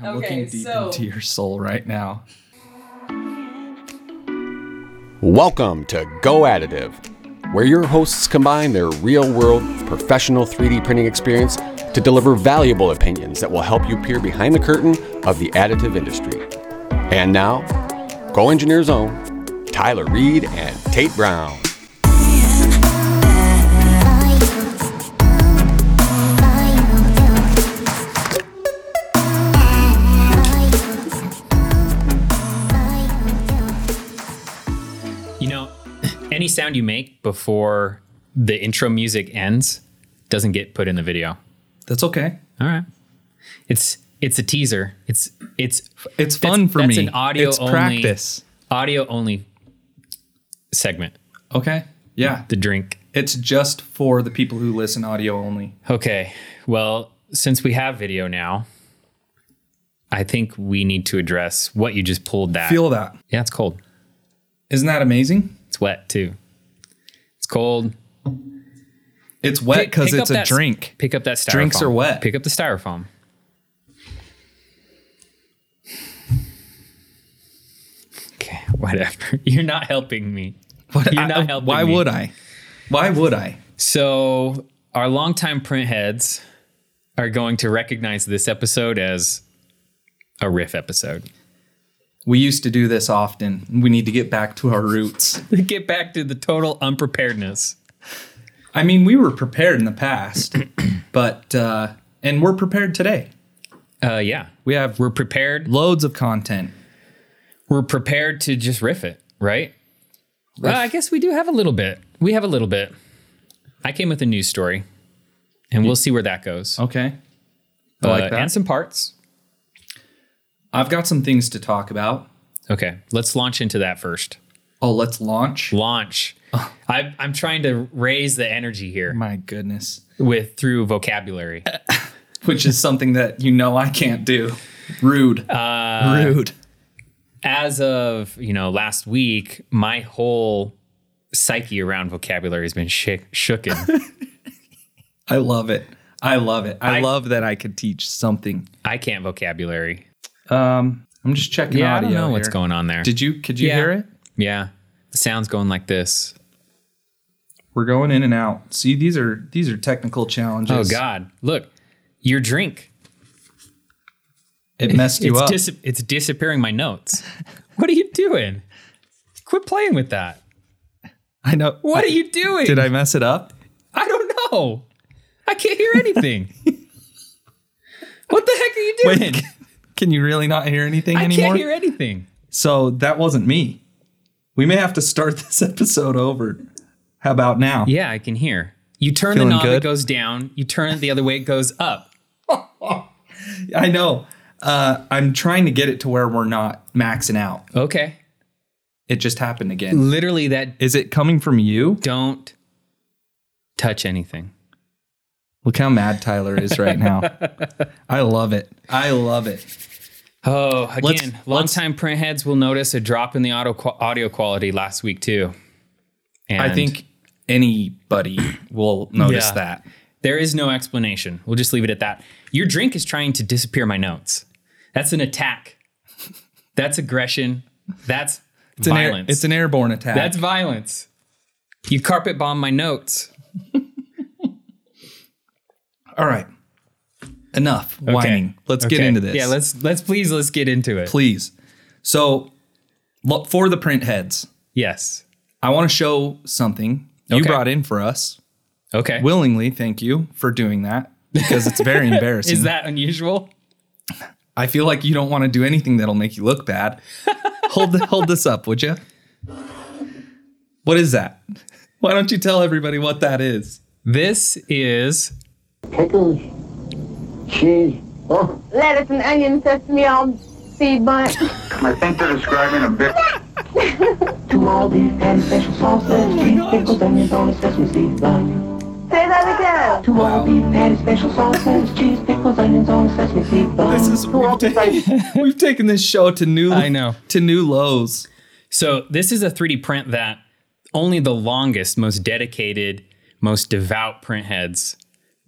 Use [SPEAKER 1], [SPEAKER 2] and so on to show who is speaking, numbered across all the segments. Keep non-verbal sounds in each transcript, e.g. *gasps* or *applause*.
[SPEAKER 1] I'm
[SPEAKER 2] Okay,
[SPEAKER 1] looking deep
[SPEAKER 2] so-
[SPEAKER 1] into your soul right now.
[SPEAKER 3] Welcome to Go Additive, where your hosts combine their real world professional 3D printing experience to deliver valuable opinions that will help you peer behind the curtain of the additive industry. And now, Go Engineer's own Tyler Reed and Tate Brown.
[SPEAKER 4] You know, any sound you make before the intro music ends doesn't get put in the video.
[SPEAKER 1] That's okay.
[SPEAKER 4] All right. It's it's a teaser. It's it's
[SPEAKER 1] It's
[SPEAKER 4] that's-
[SPEAKER 1] fun for
[SPEAKER 4] that's
[SPEAKER 1] me.
[SPEAKER 4] an audio
[SPEAKER 1] it's
[SPEAKER 4] only
[SPEAKER 1] practice.
[SPEAKER 4] audio only segment.
[SPEAKER 1] Okay. Yeah.
[SPEAKER 4] The drink.
[SPEAKER 1] It's just for the people who listen audio only.
[SPEAKER 4] Okay. Well, since we have video now, I think we need to address what you just pulled that.
[SPEAKER 1] Feel that.
[SPEAKER 4] yeah, it's cold.
[SPEAKER 1] Isn't that amazing?
[SPEAKER 4] It's wet too. It's cold.
[SPEAKER 1] It's wet
[SPEAKER 4] Pick-
[SPEAKER 1] because
[SPEAKER 4] pick
[SPEAKER 1] it's
[SPEAKER 4] up
[SPEAKER 1] a
[SPEAKER 4] that-
[SPEAKER 1] drink. *laughs*
[SPEAKER 4] Pick up that styrofoam.
[SPEAKER 1] Drinks are wet.
[SPEAKER 4] Pick up the styrofoam. Okay, *laughs* whatever. You're not helping me.
[SPEAKER 1] What-
[SPEAKER 4] You're
[SPEAKER 1] I-
[SPEAKER 4] not
[SPEAKER 1] *laughs*
[SPEAKER 4] helping
[SPEAKER 1] why
[SPEAKER 4] me.
[SPEAKER 1] would I? Why would I?
[SPEAKER 4] So, our longtime print heads are going to recognize this episode as a riff episode. *laughs*
[SPEAKER 1] We used to do this often. We need to get back to our roots.
[SPEAKER 4] Get back to the total unpreparedness.
[SPEAKER 1] I mean, we were prepared in the past, *clears throat* but uh, and we're prepared today.
[SPEAKER 4] Uh, yeah,
[SPEAKER 1] We have
[SPEAKER 4] we're prepared.
[SPEAKER 1] loads of content.
[SPEAKER 4] we're prepared to just riff it, right? Well, I guess we do have a little bit. We have a little bit. I came with a news story, and we'll see where that goes.
[SPEAKER 1] Okay. Oh, I
[SPEAKER 4] Uh,
[SPEAKER 1] like that.
[SPEAKER 4] And some parts.
[SPEAKER 1] I've got some things to talk about.
[SPEAKER 4] Okay, let's launch into that first.
[SPEAKER 1] Oh, let's launch.
[SPEAKER 4] Launch.
[SPEAKER 1] Oh.
[SPEAKER 4] I, I'm trying to raise the energy here
[SPEAKER 1] My goodness.
[SPEAKER 4] with through vocabulary.
[SPEAKER 1] Which is something that you know I can't do. Rude.
[SPEAKER 4] Uh,
[SPEAKER 1] Rude.
[SPEAKER 4] As of you know, last week, my whole psyche around vocabulary has been shak
[SPEAKER 1] *laughs*
[SPEAKER 4] shooken.
[SPEAKER 1] I love it. I love it. I, love that I could teach something.
[SPEAKER 4] I can't vocabulary.
[SPEAKER 1] Um, I'm just checking
[SPEAKER 4] Yeah, I
[SPEAKER 1] audio.
[SPEAKER 4] don't know what's
[SPEAKER 1] here.
[SPEAKER 4] going on there.
[SPEAKER 1] Did you could you
[SPEAKER 4] Yeah.
[SPEAKER 1] hear it?
[SPEAKER 4] yeah, the sound's going like this.
[SPEAKER 1] We're going in and out. See, these are these are technical challenges.
[SPEAKER 4] Oh God! Look, your drink.
[SPEAKER 1] It messed you
[SPEAKER 4] it's
[SPEAKER 1] up.
[SPEAKER 4] dis- it's disappearing my notes. *laughs* What are you doing? Quit playing with that.
[SPEAKER 1] I know.
[SPEAKER 4] What are you doing?
[SPEAKER 1] Did I mess it up?
[SPEAKER 4] I don't know. I can't hear
[SPEAKER 1] *laughs*
[SPEAKER 4] anything. what the heck are you doing?
[SPEAKER 1] Wait, Can you really not hear anything
[SPEAKER 4] I
[SPEAKER 1] anymore?
[SPEAKER 4] can't hear anything.
[SPEAKER 1] so that wasn't me. We may have to start *laughs* this episode over. How about now?
[SPEAKER 4] Yeah, I can hear. You turn
[SPEAKER 1] Feeling
[SPEAKER 4] the knob,
[SPEAKER 1] good?
[SPEAKER 4] it goes down. You turn it the other way, it goes up.
[SPEAKER 1] I know. Uh, I'm trying to get it to where we're not maxing out.
[SPEAKER 4] Okay.
[SPEAKER 1] It just happened again.
[SPEAKER 4] Literally, that
[SPEAKER 1] Is it coming from you?
[SPEAKER 4] don't touch anything.
[SPEAKER 1] Look how mad Tyler is right *laughs* now. I love it. I love it.
[SPEAKER 4] Oh,
[SPEAKER 1] Let's-
[SPEAKER 4] again, longtime print heads will notice a drop in the auto qu- audio quality last week too. And
[SPEAKER 1] I think anybody will notice
[SPEAKER 4] Yeah.
[SPEAKER 1] that.
[SPEAKER 4] there is no explanation. We'll just leave it at that. Your drink is trying to disappear my notes. That's an attack. That's aggression. That's
[SPEAKER 1] It's an, air,
[SPEAKER 4] violence.
[SPEAKER 1] it's an airborne attack.
[SPEAKER 4] That's violence. You carpet bomb my notes.
[SPEAKER 1] All right. Enough whining. Let's get
[SPEAKER 4] Okay.
[SPEAKER 1] into this.
[SPEAKER 4] Yeah, let's let's please let's get into it.
[SPEAKER 1] please. So, look for the print heads,
[SPEAKER 4] Yes.
[SPEAKER 1] I want to show something you
[SPEAKER 4] Okay.
[SPEAKER 1] brought in for us
[SPEAKER 4] Okay.
[SPEAKER 1] willingly. Thank you for doing that because it's
[SPEAKER 4] *laughs*
[SPEAKER 1] very embarrassing.
[SPEAKER 4] is that unusual?
[SPEAKER 1] I feel like you don't want to do anything that'll make you look
[SPEAKER 4] *laughs*
[SPEAKER 1] bad. hold hold this up, would you? What is that? Why don't you tell everybody what that is?
[SPEAKER 4] This is
[SPEAKER 5] pickles, cheese. Oh,
[SPEAKER 6] lettuce and onion, sesame, all seed bunch.
[SPEAKER 7] I think they're describing a big
[SPEAKER 5] *laughs* to all these patty special sauces, cheese, pickles, onions, boneless sesame seeds. bun.
[SPEAKER 6] Say that again.
[SPEAKER 5] To all these patty special sauces, cheese, pickles, onions, boneless sesame seeds. bun.
[SPEAKER 1] This is we've, taken, *laughs*
[SPEAKER 4] *laughs*
[SPEAKER 1] we've taken this show to new
[SPEAKER 4] I know.
[SPEAKER 1] to new lows.
[SPEAKER 4] So this is a 3D print that only the longest, most dedicated, most devout print heads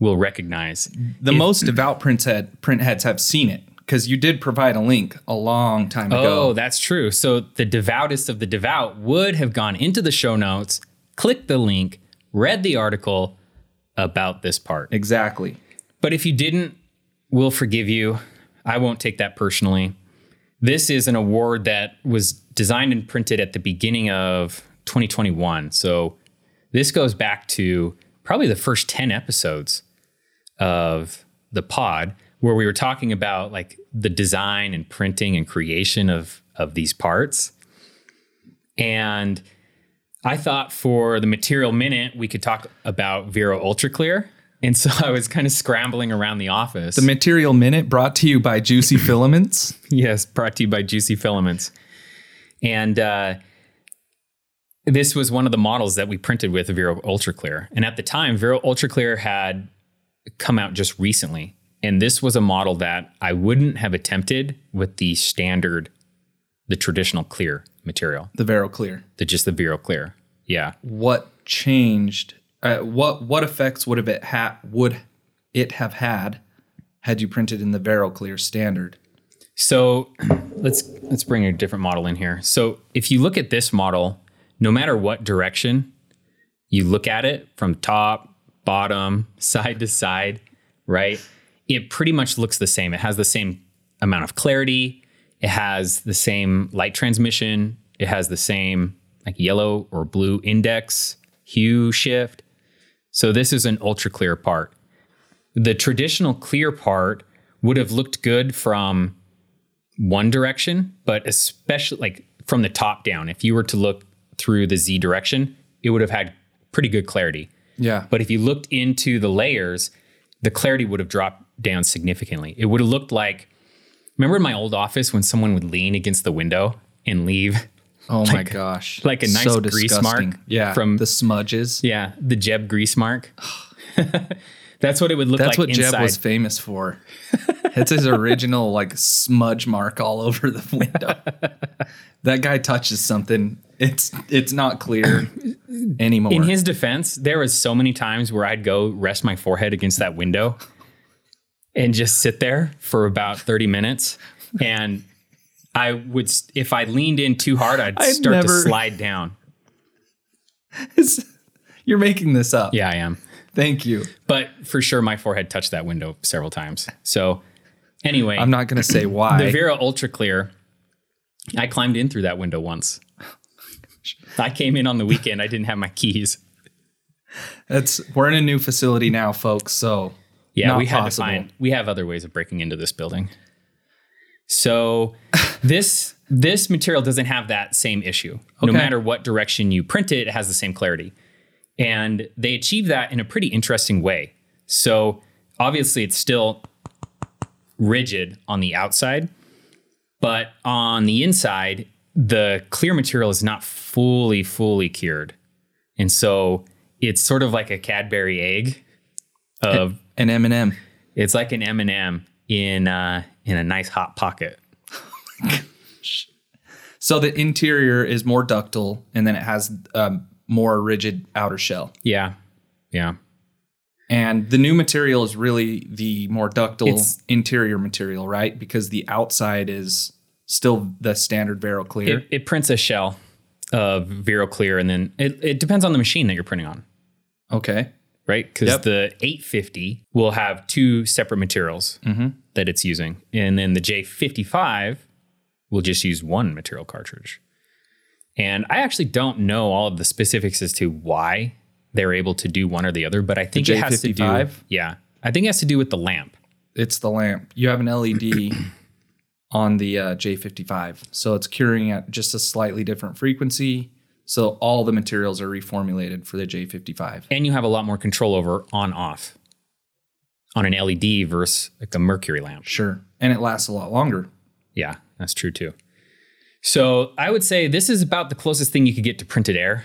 [SPEAKER 4] will recognize.
[SPEAKER 1] The most devout print head print heads have seen it because you did provide a link a long time ago.
[SPEAKER 4] Oh, that's true. So the devoutest of the devout would have gone into the show notes, clicked the link, read the article about this part.
[SPEAKER 1] exactly.
[SPEAKER 4] But if you didn't, we'll forgive you. I won't take that personally. This is an award that was designed and printed at the beginning of 2021. So this goes back to probably the first 10 episodes of the pod where we were talking about like the design and printing and creation of of these parts. And I thought for the material minute we could talk about Vero Ultra Clear. And so *laughs* I was kind of scrambling around the office.
[SPEAKER 1] The Material Minute brought to you by
[SPEAKER 4] *laughs*
[SPEAKER 1] Juicy Filaments.
[SPEAKER 4] Yes, brought to you by Juicy Filaments. And uh, this was one of the models that we printed with Vero Ultra Clear. And at the time, Vero Ultra Clear had come out just recently. And this was a model that I wouldn't have attempted with the standard, the traditional clear material,
[SPEAKER 1] The Vero Clear.
[SPEAKER 4] the just the Vero Clear. Yeah.
[SPEAKER 1] What changed? Uh, what what effects would have it ha- would it have had had you printed in the Vero Clear standard?
[SPEAKER 4] So let's let's bring a different model in here. So if you look at this model, no matter what direction you look at it from top, bottom, *laughs* side to side, right? It pretty much looks the same. It has the same amount of clarity. It has the same light transmission. It has the same like yellow or blue index hue shift. So this is an ultra clear part. The traditional clear part would have looked good from one direction, but especially like from the top down. If you were to look through the Z direction, it would have had pretty good clarity.
[SPEAKER 1] Yeah,
[SPEAKER 4] But if you looked into the layers, the clarity would have dropped down significantly. It would have looked like remember in my old office when someone would lean against the window and leave
[SPEAKER 1] oh my gosh,
[SPEAKER 4] like a nice grease
[SPEAKER 1] disgusting.
[SPEAKER 4] mark
[SPEAKER 1] Yeah,
[SPEAKER 4] from-
[SPEAKER 1] the smudges.
[SPEAKER 4] yeah, the Jeb grease mark. *laughs* That's what it would look
[SPEAKER 1] That's what
[SPEAKER 4] like inside.
[SPEAKER 1] Jeb was famous
[SPEAKER 4] *laughs*
[SPEAKER 1] for. it's his original like smudge mark all over the
[SPEAKER 4] *laughs*
[SPEAKER 1] window. that guy touches something, it's it's not clear anymore.
[SPEAKER 4] In his defense, there was so many times where I'd go rest my forehead against that window and just sit there for about 30 minutes and I would s- if I leaned in too hard, I'd
[SPEAKER 1] I'd
[SPEAKER 4] start to
[SPEAKER 1] never-
[SPEAKER 4] slide down.
[SPEAKER 1] *laughs* You're making this up.
[SPEAKER 4] Yeah, I am.
[SPEAKER 1] Thank you.
[SPEAKER 4] But for sure my forehead touched that window several times. So anyway,
[SPEAKER 1] I'm not gonna say why.
[SPEAKER 4] the Vera Ultra Clear, I climbed in through that window once. I came in on the weekend. I didn't have my keys.
[SPEAKER 1] That's we're in a new facility now, folks. So
[SPEAKER 4] Yeah,
[SPEAKER 1] Not
[SPEAKER 4] we had
[SPEAKER 1] possible.
[SPEAKER 4] to find. We have other ways of breaking into this building. So *laughs* this this material doesn't have that same issue. No
[SPEAKER 1] Okay.
[SPEAKER 4] matter what direction you print it, it has the same clarity, and they achieve that in a pretty interesting way. So obviously, it's still rigid on the outside, but on the inside, the clear material is not fully fully cured, and so it's sort of like a Cadbury egg of
[SPEAKER 1] an M&M.
[SPEAKER 4] it's like an M and M in uh, in a nice hot pocket.
[SPEAKER 1] So the interior is more ductile, and then it has um, more rigid outer shell.
[SPEAKER 4] Yeah, yeah.
[SPEAKER 1] And the new material is really the more ductile
[SPEAKER 4] It's-
[SPEAKER 1] interior material, right? Because the outside is still the standard Vero Clear.
[SPEAKER 4] It, it prints a shell of Vero Clear, and then it, it depends on the machine that you're printing on,
[SPEAKER 1] okay.
[SPEAKER 4] right? Because
[SPEAKER 1] Yep.
[SPEAKER 4] the 850 will have two separate materials that it's using, and then the J55 will just use one material cartridge. And I actually don't know all of the specifics as to why they're able to do one or the other, but I think it has to do.
[SPEAKER 1] J55?
[SPEAKER 4] Yeah, I think it has to do with the lamp.
[SPEAKER 1] It's the lamp. You have an LED
[SPEAKER 4] *clears throat*
[SPEAKER 1] on the uh, J55, so it's curing at just a slightly different frequency. So all the materials are reformulated for the J55.
[SPEAKER 4] and you have a lot more control over on off on an LED versus like a mercury lamp.
[SPEAKER 1] Sure, and it lasts a lot longer.
[SPEAKER 4] Yeah, that's true too. So I would say this is about the closest thing you could get to printed air.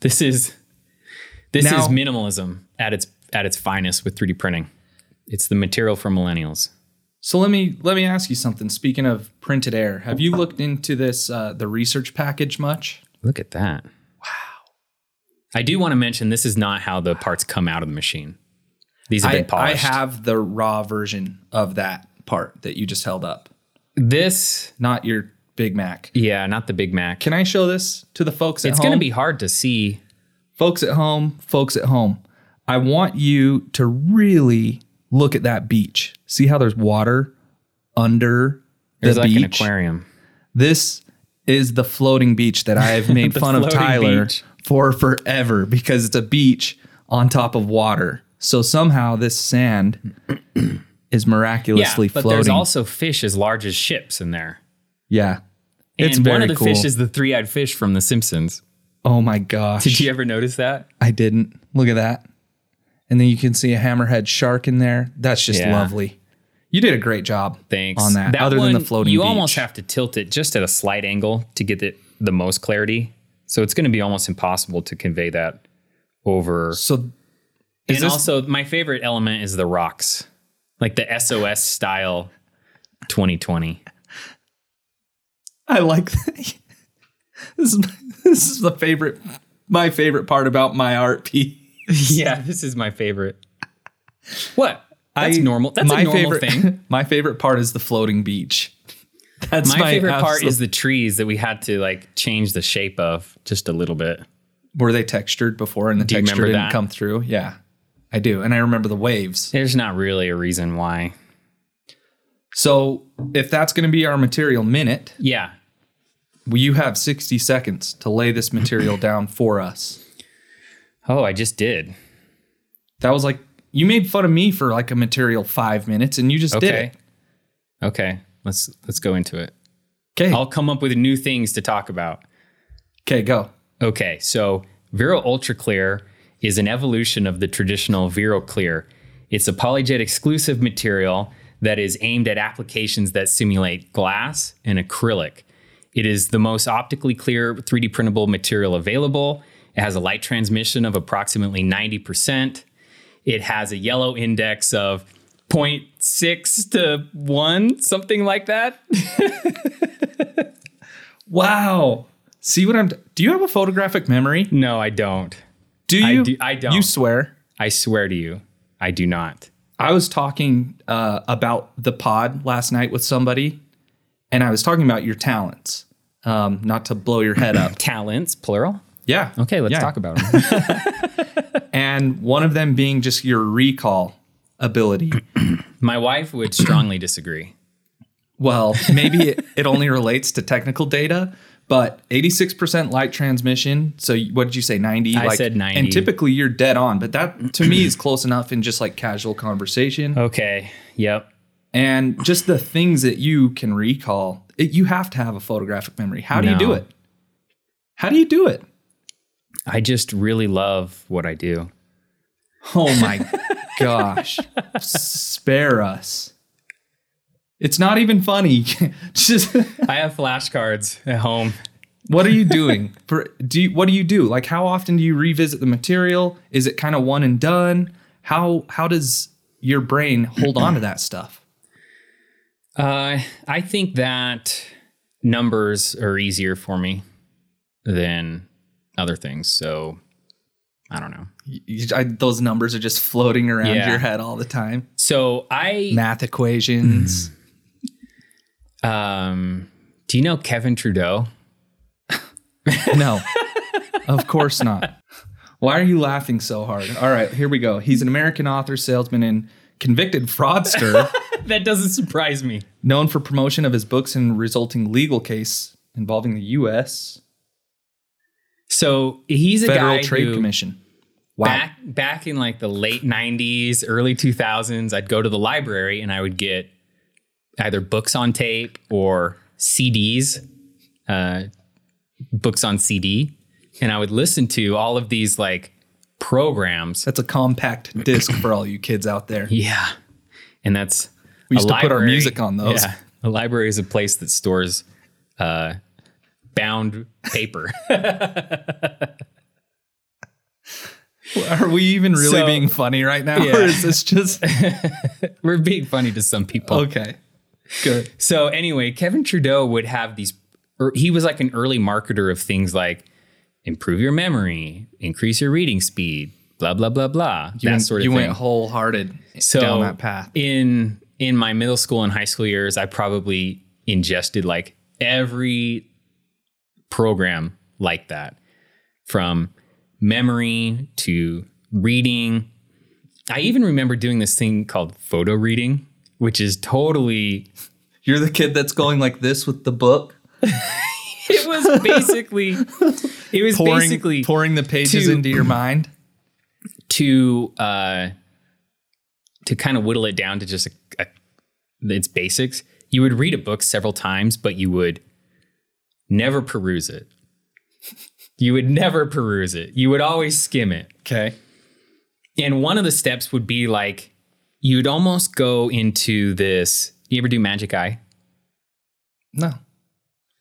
[SPEAKER 4] This is this
[SPEAKER 1] Now-
[SPEAKER 4] is minimalism at its at its finest with 3D printing. It's the material for millennials.
[SPEAKER 1] So let me let me ask you something. Speaking of printed air, have you looked into this uh, the research package much?
[SPEAKER 4] Look at that. Wow. I do want to mention this is not how the parts come out of the machine. These have
[SPEAKER 1] I,
[SPEAKER 4] been polished.
[SPEAKER 1] I have the raw version of that part that you just held up,
[SPEAKER 4] This,
[SPEAKER 1] not your Big Mac.
[SPEAKER 4] yeah, not the Big Mac.
[SPEAKER 1] Can I show this to the folks at
[SPEAKER 4] it's
[SPEAKER 1] home?
[SPEAKER 4] going to be hard to see.
[SPEAKER 1] folks at home, folks at home, I want you to really look at that beach. See how there's water under
[SPEAKER 4] There's
[SPEAKER 1] the
[SPEAKER 4] like an
[SPEAKER 1] beach.
[SPEAKER 4] aquarium.
[SPEAKER 1] this is the floating beach that
[SPEAKER 4] *laughs*
[SPEAKER 1] I've made
[SPEAKER 4] The
[SPEAKER 1] fun of
[SPEAKER 4] floating
[SPEAKER 1] Tyler
[SPEAKER 4] beach.
[SPEAKER 1] for forever because it's a beach on top of water. So somehow this sand *clears throat* is
[SPEAKER 4] Yeah,
[SPEAKER 1] miraculously
[SPEAKER 4] but there's
[SPEAKER 1] floating.
[SPEAKER 4] also fish as large as ships in there.
[SPEAKER 1] yeah.
[SPEAKER 4] And
[SPEAKER 1] It's
[SPEAKER 4] one
[SPEAKER 1] very
[SPEAKER 4] of the
[SPEAKER 1] cool.
[SPEAKER 4] fish is the three-eyed fish from The Simpsons.
[SPEAKER 1] oh my gosh.
[SPEAKER 4] Did you ever notice that?
[SPEAKER 1] I didn't. Look at that. And then you can see a hammerhead shark in there. That's just
[SPEAKER 4] Yeah.
[SPEAKER 1] lovely. You did a great job.
[SPEAKER 4] Thanks.
[SPEAKER 1] On that, other than
[SPEAKER 4] one,
[SPEAKER 1] the floating
[SPEAKER 4] you
[SPEAKER 1] beach.
[SPEAKER 4] almost have to tilt it just at a slight angle to get the, the most clarity. So it's going to be almost impossible to convey that over.
[SPEAKER 1] So
[SPEAKER 4] And
[SPEAKER 1] is this-
[SPEAKER 4] also, my favorite element is the rocks, like the SOS style
[SPEAKER 1] *laughs*
[SPEAKER 4] 2020.
[SPEAKER 1] I like that. *laughs* this is this is the favorite my favorite part about my art piece.
[SPEAKER 4] yeah, *laughs* this is my favorite. What? That's
[SPEAKER 1] I-
[SPEAKER 4] normal. That's a normal
[SPEAKER 1] favorite, *laughs*
[SPEAKER 4] thing.
[SPEAKER 1] My favorite part is the floating beach. That's
[SPEAKER 4] My,
[SPEAKER 1] my,
[SPEAKER 4] favorite part
[SPEAKER 1] absolute-
[SPEAKER 4] is the trees that we had to like change the shape of just a little bit.
[SPEAKER 1] were they textured before and the
[SPEAKER 4] Do you
[SPEAKER 1] texture
[SPEAKER 4] remember
[SPEAKER 1] didn't
[SPEAKER 4] that?
[SPEAKER 1] come through? Yeah, I do, and I remember the waves.
[SPEAKER 4] There's not really a reason why.
[SPEAKER 1] So if that's going to be our material minute,
[SPEAKER 4] Yeah,
[SPEAKER 1] you have sixty seconds to lay this material
[SPEAKER 4] *laughs*
[SPEAKER 1] down for us.
[SPEAKER 4] Oh, I just did.
[SPEAKER 1] That was like you made fun of me for like a material five minutes, and you just did
[SPEAKER 4] Okay.
[SPEAKER 1] it.
[SPEAKER 4] Okay. Let's let's go into it.
[SPEAKER 1] Okay,
[SPEAKER 4] I'll come up with new things to talk about.
[SPEAKER 1] okay, go.
[SPEAKER 4] Okay, so Vero Ultra Clear is an evolution of the traditional Vero Clear. It's a polyjet exclusive material that is aimed at applications that simulate glass and acrylic. It is the most optically clear 3D printable material available. It has a light transmission of approximately 90%. It has a yellow index of 0.6 to 1, something like that. *laughs*
[SPEAKER 1] Wow. See what I'm. Do you have a photographic memory?
[SPEAKER 4] No, I don't.
[SPEAKER 1] Do
[SPEAKER 4] I
[SPEAKER 1] you?
[SPEAKER 4] do- I don't.
[SPEAKER 1] You swear.
[SPEAKER 4] I swear to you, I do not.
[SPEAKER 1] I was talking uh, about the pod last night with somebody, and I was talking about your talents. Um, not to blow your head
[SPEAKER 4] *clears throat*
[SPEAKER 1] up.
[SPEAKER 4] Talents, plural.
[SPEAKER 1] Yeah.
[SPEAKER 4] Okay, let's
[SPEAKER 1] Yeah.
[SPEAKER 4] talk about *laughs* them.
[SPEAKER 1] And one of them being just your recall ability.
[SPEAKER 4] My wife would strongly disagree.
[SPEAKER 1] Well, maybe it, it only relates to technical data, but 86% light transmission. So y- what did you say? 90?
[SPEAKER 4] I said 90.
[SPEAKER 1] And typically you're dead on, but that to me is close enough in just like casual conversation.
[SPEAKER 4] Okay. Yep.
[SPEAKER 1] And just the things that you can recall, it, you have to have a photographic memory. How do you do
[SPEAKER 4] No.
[SPEAKER 1] it? How do you do it?
[SPEAKER 4] I just really love what I do.
[SPEAKER 1] Oh *laughs* my gosh. Spare us. It's not even funny. *laughs* just
[SPEAKER 4] I have flashcards at home.
[SPEAKER 1] what are you doing? For, do you, what do you do? Like how often do you revisit the material? Is it kind of one and done? How how does your brain hold on to that stuff?
[SPEAKER 4] Uh, I think that numbers are easier for me than other things. So I don't know.
[SPEAKER 1] Y- y- I- those numbers are just floating around
[SPEAKER 4] Yeah.
[SPEAKER 1] your head all the time.
[SPEAKER 4] So I
[SPEAKER 1] Math equations.
[SPEAKER 4] um, do you know Kevin Trudeau?
[SPEAKER 1] No, of course not. Why are you laughing so hard? All right, here we go. He's an American author, salesman, and convicted
[SPEAKER 4] *laughs*
[SPEAKER 1] fraudster
[SPEAKER 4] That doesn't surprise me.
[SPEAKER 1] known for promotion of his books and resulting legal case involving the U.S.
[SPEAKER 4] So he's a
[SPEAKER 1] Federal
[SPEAKER 4] guy
[SPEAKER 1] Trade
[SPEAKER 4] who,
[SPEAKER 1] Commission. Wow.
[SPEAKER 4] Back back in like the late '90s, early 2000s, I'd go to the library and I would get either books on tape or CDs, uh, books on CD, and I would listen to all of these like programs.
[SPEAKER 1] That's a compact disc for all you kids out there.
[SPEAKER 4] Yeah, and that's
[SPEAKER 1] We used to put our music on those.
[SPEAKER 4] Yeah, a library is a place that stores uh, bound paper. *laughs*
[SPEAKER 1] Are we even really
[SPEAKER 4] So-
[SPEAKER 1] being funny right now?
[SPEAKER 4] Yeah.
[SPEAKER 1] Or is this
[SPEAKER 4] *laughs*
[SPEAKER 1] just
[SPEAKER 4] We're being funny to some people.
[SPEAKER 1] okay? Good.
[SPEAKER 4] So anyway, Kevin Trudeau would have these. er, He was like an early marketer of things like improve your memory, increase your reading speed, blah blah blah blah. that
[SPEAKER 1] you
[SPEAKER 4] sort of
[SPEAKER 1] you
[SPEAKER 4] thing.
[SPEAKER 1] went wholehearted
[SPEAKER 4] so
[SPEAKER 1] down that path.
[SPEAKER 4] in in my middle school and high school years, I probably ingested like every program like that from memory to reading. I even remember doing this thing called photo reading, which is totally
[SPEAKER 1] You're the kid that's going like this with the book,
[SPEAKER 4] it was basically it was
[SPEAKER 1] pouring
[SPEAKER 4] basically
[SPEAKER 1] pouring the pages
[SPEAKER 4] to-
[SPEAKER 1] into your mind.
[SPEAKER 4] to uh to kind of whittle it down to just a, a, its basics you would read a book several times but you would never peruse it you would never peruse it you would always skim it
[SPEAKER 1] Okay.
[SPEAKER 4] and one of the steps would be like you'd almost go into this you ever do magic eye
[SPEAKER 1] No.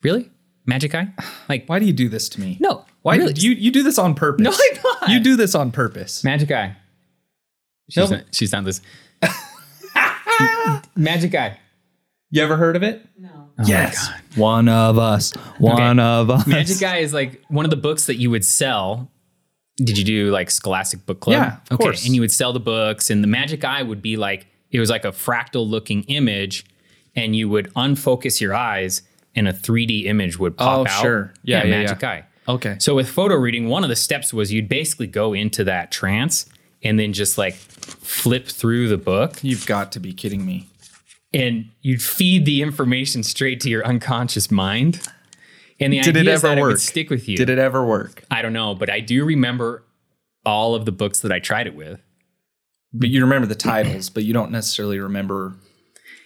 [SPEAKER 4] really magic eye like
[SPEAKER 1] Why do you do this to me?
[SPEAKER 4] no
[SPEAKER 1] Why
[SPEAKER 4] really.
[SPEAKER 1] you you do this on purpose?
[SPEAKER 4] No, I'm not.
[SPEAKER 1] You do this on purpose.
[SPEAKER 4] Magic Eye. She's,
[SPEAKER 1] Nope.
[SPEAKER 4] not, she's not this. *laughs* Magic Eye.
[SPEAKER 1] You ever heard of it? No.
[SPEAKER 4] Oh
[SPEAKER 1] yes. One of us. One of us.
[SPEAKER 4] Magic Eye is like one of the books that you would sell. Did you do like Scholastic Book Club?
[SPEAKER 1] Yeah, of
[SPEAKER 4] okay.
[SPEAKER 1] course.
[SPEAKER 4] And you would sell the books, and the Magic Eye would be like it was like a fractal looking image, and you would unfocus your eyes, and a 3D image would pop
[SPEAKER 1] Oh,
[SPEAKER 4] out.
[SPEAKER 1] sure. Yeah, yeah,
[SPEAKER 4] Magic
[SPEAKER 1] yeah.
[SPEAKER 4] Eye.
[SPEAKER 1] Okay.
[SPEAKER 4] So with photo reading, one of the steps was you'd basically go into that trance and then just like flip through the book.
[SPEAKER 1] You've got to be kidding me.
[SPEAKER 4] and you'd feed the information straight to your unconscious mind. And the
[SPEAKER 1] Did
[SPEAKER 4] idea
[SPEAKER 1] it
[SPEAKER 4] is
[SPEAKER 1] ever
[SPEAKER 4] that it
[SPEAKER 1] work?
[SPEAKER 4] would stick with you.
[SPEAKER 1] Did it ever work?
[SPEAKER 4] I don't know, but I do remember all of the books that I tried it with.
[SPEAKER 1] But you remember the titles, but you don't necessarily remember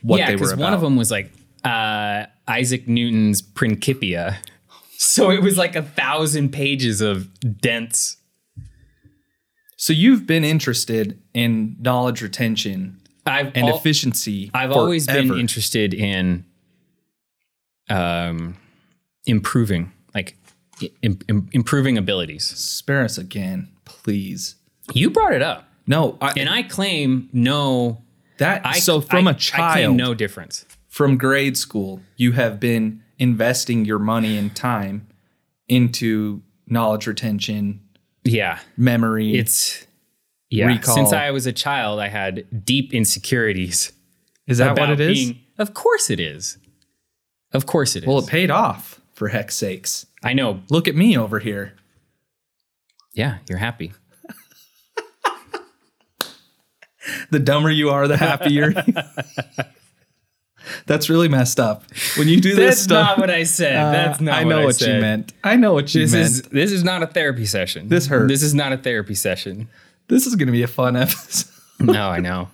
[SPEAKER 1] what
[SPEAKER 4] yeah,
[SPEAKER 1] they were
[SPEAKER 4] because
[SPEAKER 1] about.
[SPEAKER 4] one of them was like uh, Isaac Newton's Principia. So it was like a thousand pages of dense.
[SPEAKER 1] So you've been interested in knowledge retention
[SPEAKER 4] I've
[SPEAKER 1] and
[SPEAKER 4] al-
[SPEAKER 1] efficiency.
[SPEAKER 4] I've always been
[SPEAKER 1] forever.
[SPEAKER 4] interested in um, improving, like im- im- improving abilities.
[SPEAKER 1] Spare us again, please.
[SPEAKER 4] You brought it up.
[SPEAKER 1] No, I,
[SPEAKER 4] And I claim no.
[SPEAKER 1] that
[SPEAKER 4] I
[SPEAKER 1] so from
[SPEAKER 4] I-
[SPEAKER 1] a
[SPEAKER 4] I
[SPEAKER 1] child
[SPEAKER 4] claim no difference.
[SPEAKER 1] from grade school, you have been investing your money and time into knowledge retention,
[SPEAKER 4] Yeah,
[SPEAKER 1] memory.
[SPEAKER 4] it's yeah.
[SPEAKER 1] Recall.
[SPEAKER 4] Since I was a child, I had deep insecurities.
[SPEAKER 1] is that what
[SPEAKER 4] about
[SPEAKER 1] it is?
[SPEAKER 4] being- of course it is. Of course it is.
[SPEAKER 1] well, it paid off for heck's sakes.
[SPEAKER 4] I know.
[SPEAKER 1] Look at me over here.
[SPEAKER 4] Yeah, you're happy.
[SPEAKER 1] the dumber you are, the
[SPEAKER 4] *laughs*
[SPEAKER 1] happier. That's really messed up. When you do this
[SPEAKER 4] That's
[SPEAKER 1] stuff,
[SPEAKER 4] not what I said. That's
[SPEAKER 1] Uh,
[SPEAKER 4] not.
[SPEAKER 1] I know what,
[SPEAKER 4] I
[SPEAKER 1] you
[SPEAKER 4] said.
[SPEAKER 1] meant. I know what you
[SPEAKER 4] This
[SPEAKER 1] meant.
[SPEAKER 4] is this is not a therapy session.
[SPEAKER 1] This hurts.
[SPEAKER 4] This is not a
[SPEAKER 1] *laughs*
[SPEAKER 4] therapy session.
[SPEAKER 1] this is going to be a fun episode. *laughs*
[SPEAKER 4] No, I know.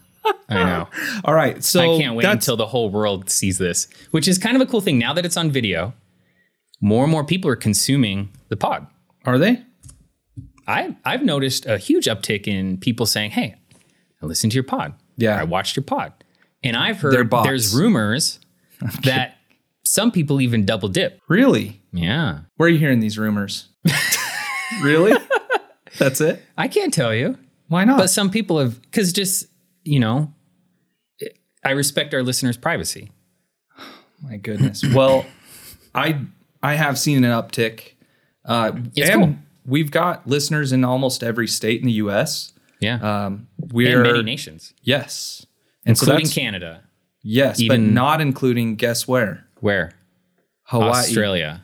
[SPEAKER 4] I know.
[SPEAKER 1] All right, so
[SPEAKER 4] I can't wait
[SPEAKER 1] that's-
[SPEAKER 4] until the whole world sees this, which is kind of a cool thing. Now that it's on video, more and more people are consuming the pod.
[SPEAKER 1] are they?
[SPEAKER 4] I, I've noticed a huge uptick in people saying, hey, I listened to your pod.
[SPEAKER 1] Yeah.
[SPEAKER 4] I watched your pod. And I've
[SPEAKER 1] They're
[SPEAKER 4] heard
[SPEAKER 1] bots.
[SPEAKER 4] there's
[SPEAKER 1] *laughs*
[SPEAKER 4] rumors that some people even double dip.
[SPEAKER 1] Really?
[SPEAKER 4] Yeah.
[SPEAKER 1] Where are you hearing these *laughs* rumors? really? That's it?
[SPEAKER 4] I can't tell you.
[SPEAKER 1] Why not?
[SPEAKER 4] But some people have, because just, you know, I respect our listeners' privacy.
[SPEAKER 1] My goodness. Well, I I have seen an uptick. Uh,
[SPEAKER 4] It's
[SPEAKER 1] and
[SPEAKER 4] cool.
[SPEAKER 1] We've got listeners in almost every state in the U.S.
[SPEAKER 4] Yeah.
[SPEAKER 1] Um, we're
[SPEAKER 4] in many nations,
[SPEAKER 1] yes, and so
[SPEAKER 4] including
[SPEAKER 1] that's-
[SPEAKER 4] Canada.
[SPEAKER 1] Yes,
[SPEAKER 4] Even-
[SPEAKER 1] but not including guess where?
[SPEAKER 4] Where?
[SPEAKER 1] Hawaii.
[SPEAKER 4] Australia.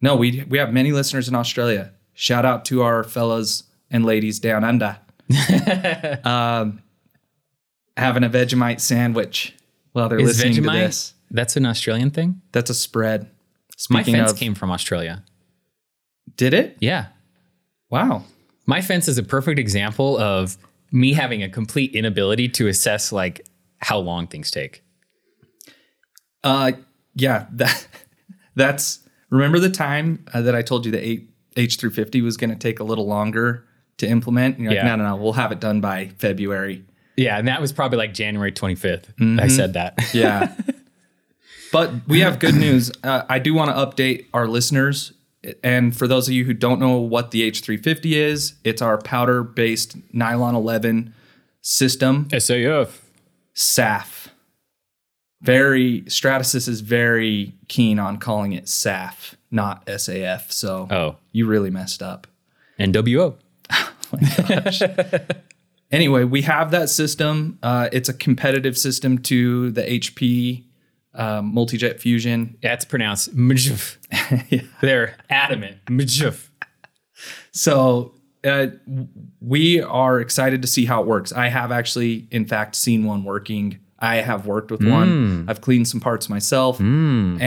[SPEAKER 1] No, we we have many listeners in Australia. Shout out to our fellas and ladies down under.
[SPEAKER 4] *laughs*
[SPEAKER 1] um, having a Vegemite sandwich while they're
[SPEAKER 4] Is
[SPEAKER 1] listening to
[SPEAKER 4] Vegemite?
[SPEAKER 1] this.
[SPEAKER 4] That's an Australian thing.
[SPEAKER 1] That's a spread.
[SPEAKER 4] My
[SPEAKER 1] Speaking
[SPEAKER 4] fence
[SPEAKER 1] of,
[SPEAKER 4] came from Australia.
[SPEAKER 1] did it?
[SPEAKER 4] Yeah.
[SPEAKER 1] Wow.
[SPEAKER 4] My fence is a perfect example of me having a complete inability to assess like how long things take.
[SPEAKER 1] Uh, yeah. *laughs* That that's remember the time uh, that I told you the eight H three fifty was going to take a little longer to implement. And you're like,
[SPEAKER 4] Yeah.
[SPEAKER 1] no, no, no, we'll have it done by February.
[SPEAKER 4] Yeah, and that was probably like January 25th. I said that.
[SPEAKER 1] Mm-hmm.
[SPEAKER 4] *laughs*
[SPEAKER 1] Yeah. *laughs* but we have good news. Uh, I do want to update our listeners. And for those of you who don't know what the H350 is, it's our powder based nylon 11 system,
[SPEAKER 4] SAF.
[SPEAKER 1] SAF. Very, Stratasys is very keen on calling it SAF, not SAF. So
[SPEAKER 4] Oh,
[SPEAKER 1] you really messed up.
[SPEAKER 4] NWO.
[SPEAKER 1] Anyway, we have that system. Uh, it's a competitive system to the HP um, multi-jet fusion. *laughs*
[SPEAKER 4] That's pronounced mjf. They're adamant. Mjf.
[SPEAKER 1] So uh, w- we are excited to see how it works. I have actually, in fact, seen one working. I have worked with
[SPEAKER 4] Hmm.
[SPEAKER 1] one. I've cleaned some parts myself, and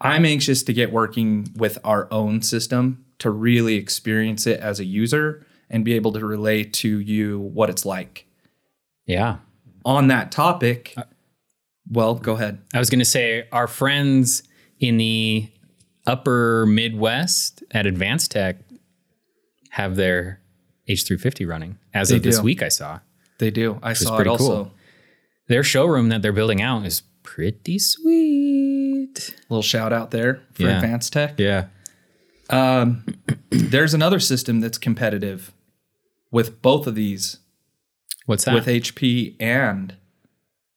[SPEAKER 1] I'm anxious to get working with our own system to really experience it as a user and be able to relay to you what it's like.
[SPEAKER 4] Yeah.
[SPEAKER 1] On that topic,
[SPEAKER 4] Uh,
[SPEAKER 1] well, go ahead.
[SPEAKER 4] I was going to say our friends in the upper Midwest at Advanced Tech have their H350 running as
[SPEAKER 1] They
[SPEAKER 4] of this
[SPEAKER 1] do.
[SPEAKER 4] week. I saw
[SPEAKER 1] They do. I saw it
[SPEAKER 4] pretty
[SPEAKER 1] also.
[SPEAKER 4] cool. their showroom that they're building out is pretty sweet.
[SPEAKER 1] Little shout out there for
[SPEAKER 4] Yeah.
[SPEAKER 1] Advanced Tech.
[SPEAKER 4] Yeah.
[SPEAKER 1] There's another system that's competitive with both of these,
[SPEAKER 4] What's that?
[SPEAKER 1] with HP and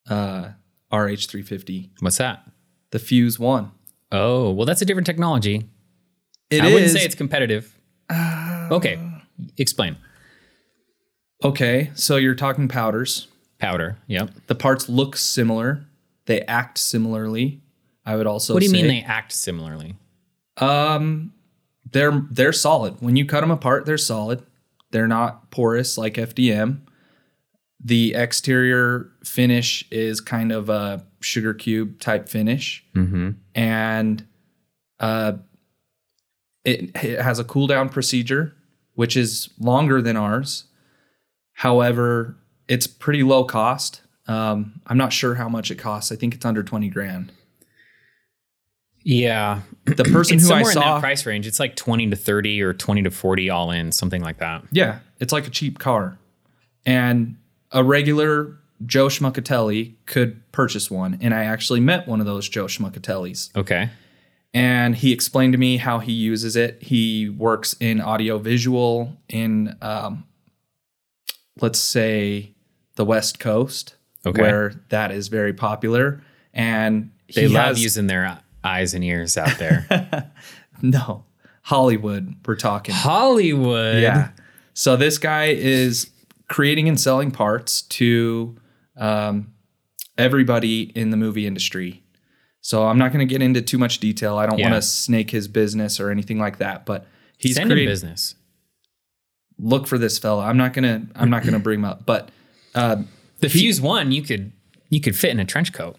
[SPEAKER 1] uh, RH350,
[SPEAKER 4] What's that?
[SPEAKER 1] the Fuse One.
[SPEAKER 4] Oh, well, that's a different technology.
[SPEAKER 1] It
[SPEAKER 4] I wouldn't
[SPEAKER 1] is- Uh.
[SPEAKER 4] say it's competitive. okay. Explain.
[SPEAKER 1] okay. So you're talking powders.
[SPEAKER 4] Powder. Yep.
[SPEAKER 1] The parts look similar. They act similarly. I would also.
[SPEAKER 4] What do you mean
[SPEAKER 1] say- Um,
[SPEAKER 4] they act similarly?
[SPEAKER 1] They're they're solid. When you cut them apart, they're solid. They're not porous like FDM. The exterior finish is kind of a sugar cube type finish.
[SPEAKER 4] Mm-hmm.
[SPEAKER 1] and uh, it, it has a cool down procedure, which is longer than ours. However, it's pretty low cost. Um, I'm not sure how much it costs. I think it's under 20 grand.
[SPEAKER 4] Yeah.
[SPEAKER 1] The
[SPEAKER 4] *clears throat*
[SPEAKER 1] person
[SPEAKER 4] it's
[SPEAKER 1] who I
[SPEAKER 4] somewhere in
[SPEAKER 1] saw,
[SPEAKER 4] that price range. It's like 20 to 30 or 20 to 40 all in, something like that.
[SPEAKER 1] yeah, it's like a cheap car, and a regular Joe Schmuckatelli could purchase one. And I actually met one of those Joe Schmuckatellis.
[SPEAKER 4] Okay.
[SPEAKER 1] and he explained to me how he uses it. He works in audio visual in, um, let's say, the West Coast,
[SPEAKER 4] Okay.
[SPEAKER 1] where that is very popular. And he
[SPEAKER 4] They love
[SPEAKER 1] has
[SPEAKER 4] using their eyes and ears out there.
[SPEAKER 1] *laughs* no Hollywood. We're
[SPEAKER 4] *gasps*
[SPEAKER 1] talking,
[SPEAKER 4] *laughs* Hollywood.
[SPEAKER 1] yeah. So this guy is creating and selling parts to um, everybody in the movie industry. So I'm not going to get into too much detail. I don't
[SPEAKER 4] Yeah.
[SPEAKER 1] want to snake his business or anything like that. But he's
[SPEAKER 4] Send in
[SPEAKER 1] creating.
[SPEAKER 4] business.
[SPEAKER 1] Look for this fella. I'm not gonna. I'm not gonna bring him up. But uh,
[SPEAKER 4] The fuse one, you could you could fit in a trench coat.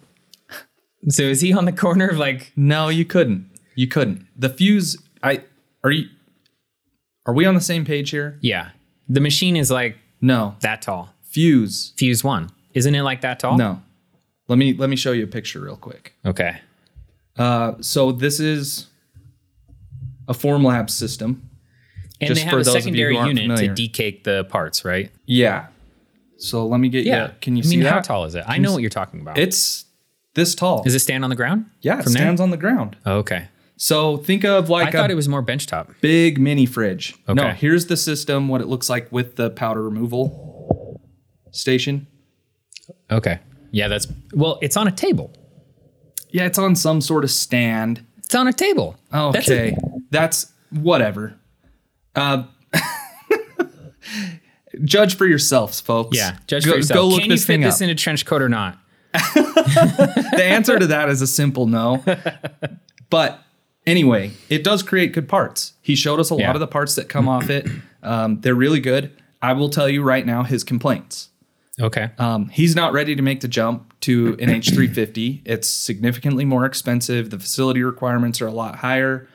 [SPEAKER 4] *laughs* So is he on the corner of like
[SPEAKER 1] no, you couldn't. You couldn't. The fuse. I are you. Are we on the same page here?
[SPEAKER 4] yeah. The machine is like
[SPEAKER 1] No.
[SPEAKER 4] that tall.
[SPEAKER 1] Fuse.
[SPEAKER 4] Fuse one. Isn't it like that tall?
[SPEAKER 1] No. Let me let me show you a picture real quick.
[SPEAKER 4] Okay.
[SPEAKER 1] Uh, So this is a form lab system.
[SPEAKER 4] And
[SPEAKER 1] Just
[SPEAKER 4] they have
[SPEAKER 1] for
[SPEAKER 4] a
[SPEAKER 1] those of you
[SPEAKER 4] secondary
[SPEAKER 1] who aren't
[SPEAKER 4] unit
[SPEAKER 1] familiar.
[SPEAKER 4] to decake the parts, right?
[SPEAKER 1] Yeah. So let me get you. Can you
[SPEAKER 4] I
[SPEAKER 1] see
[SPEAKER 4] mean,
[SPEAKER 1] that?
[SPEAKER 4] how tall is it? I know what you're talking about.
[SPEAKER 1] It's this tall.
[SPEAKER 4] Does it stand on the ground?
[SPEAKER 1] yeah, it
[SPEAKER 4] from there?
[SPEAKER 1] stands on the ground.
[SPEAKER 4] Oh, okay.
[SPEAKER 1] So think of like
[SPEAKER 4] I thought
[SPEAKER 1] a
[SPEAKER 4] it was more benchtop.
[SPEAKER 1] big mini fridge. No,
[SPEAKER 4] Okay.
[SPEAKER 1] here's the system, what it looks like with the powder removal station.
[SPEAKER 4] Okay. Yeah, that's well, it's on a table.
[SPEAKER 1] Yeah, it's on some sort of stand.
[SPEAKER 4] It's on a table. That's
[SPEAKER 1] Okay.
[SPEAKER 4] a-
[SPEAKER 1] That's, whatever. Uh, *laughs* judge for yourselves, folks.
[SPEAKER 4] yeah. Judge
[SPEAKER 1] go,
[SPEAKER 4] for yourself.
[SPEAKER 1] Go look
[SPEAKER 4] Can
[SPEAKER 1] this
[SPEAKER 4] you fit
[SPEAKER 1] thing
[SPEAKER 4] this
[SPEAKER 1] up.
[SPEAKER 4] in a trench coat or not?
[SPEAKER 1] the answer to that is a simple no. But anyway, it does create good parts. He showed us a
[SPEAKER 4] Yeah.
[SPEAKER 1] lot of the parts that come off it. Um, they're really good. I will tell you right now his complaints.
[SPEAKER 4] Okay.
[SPEAKER 1] Um, he's not ready to make the jump to an H350. It's significantly more expensive. The facility requirements are a lot higher.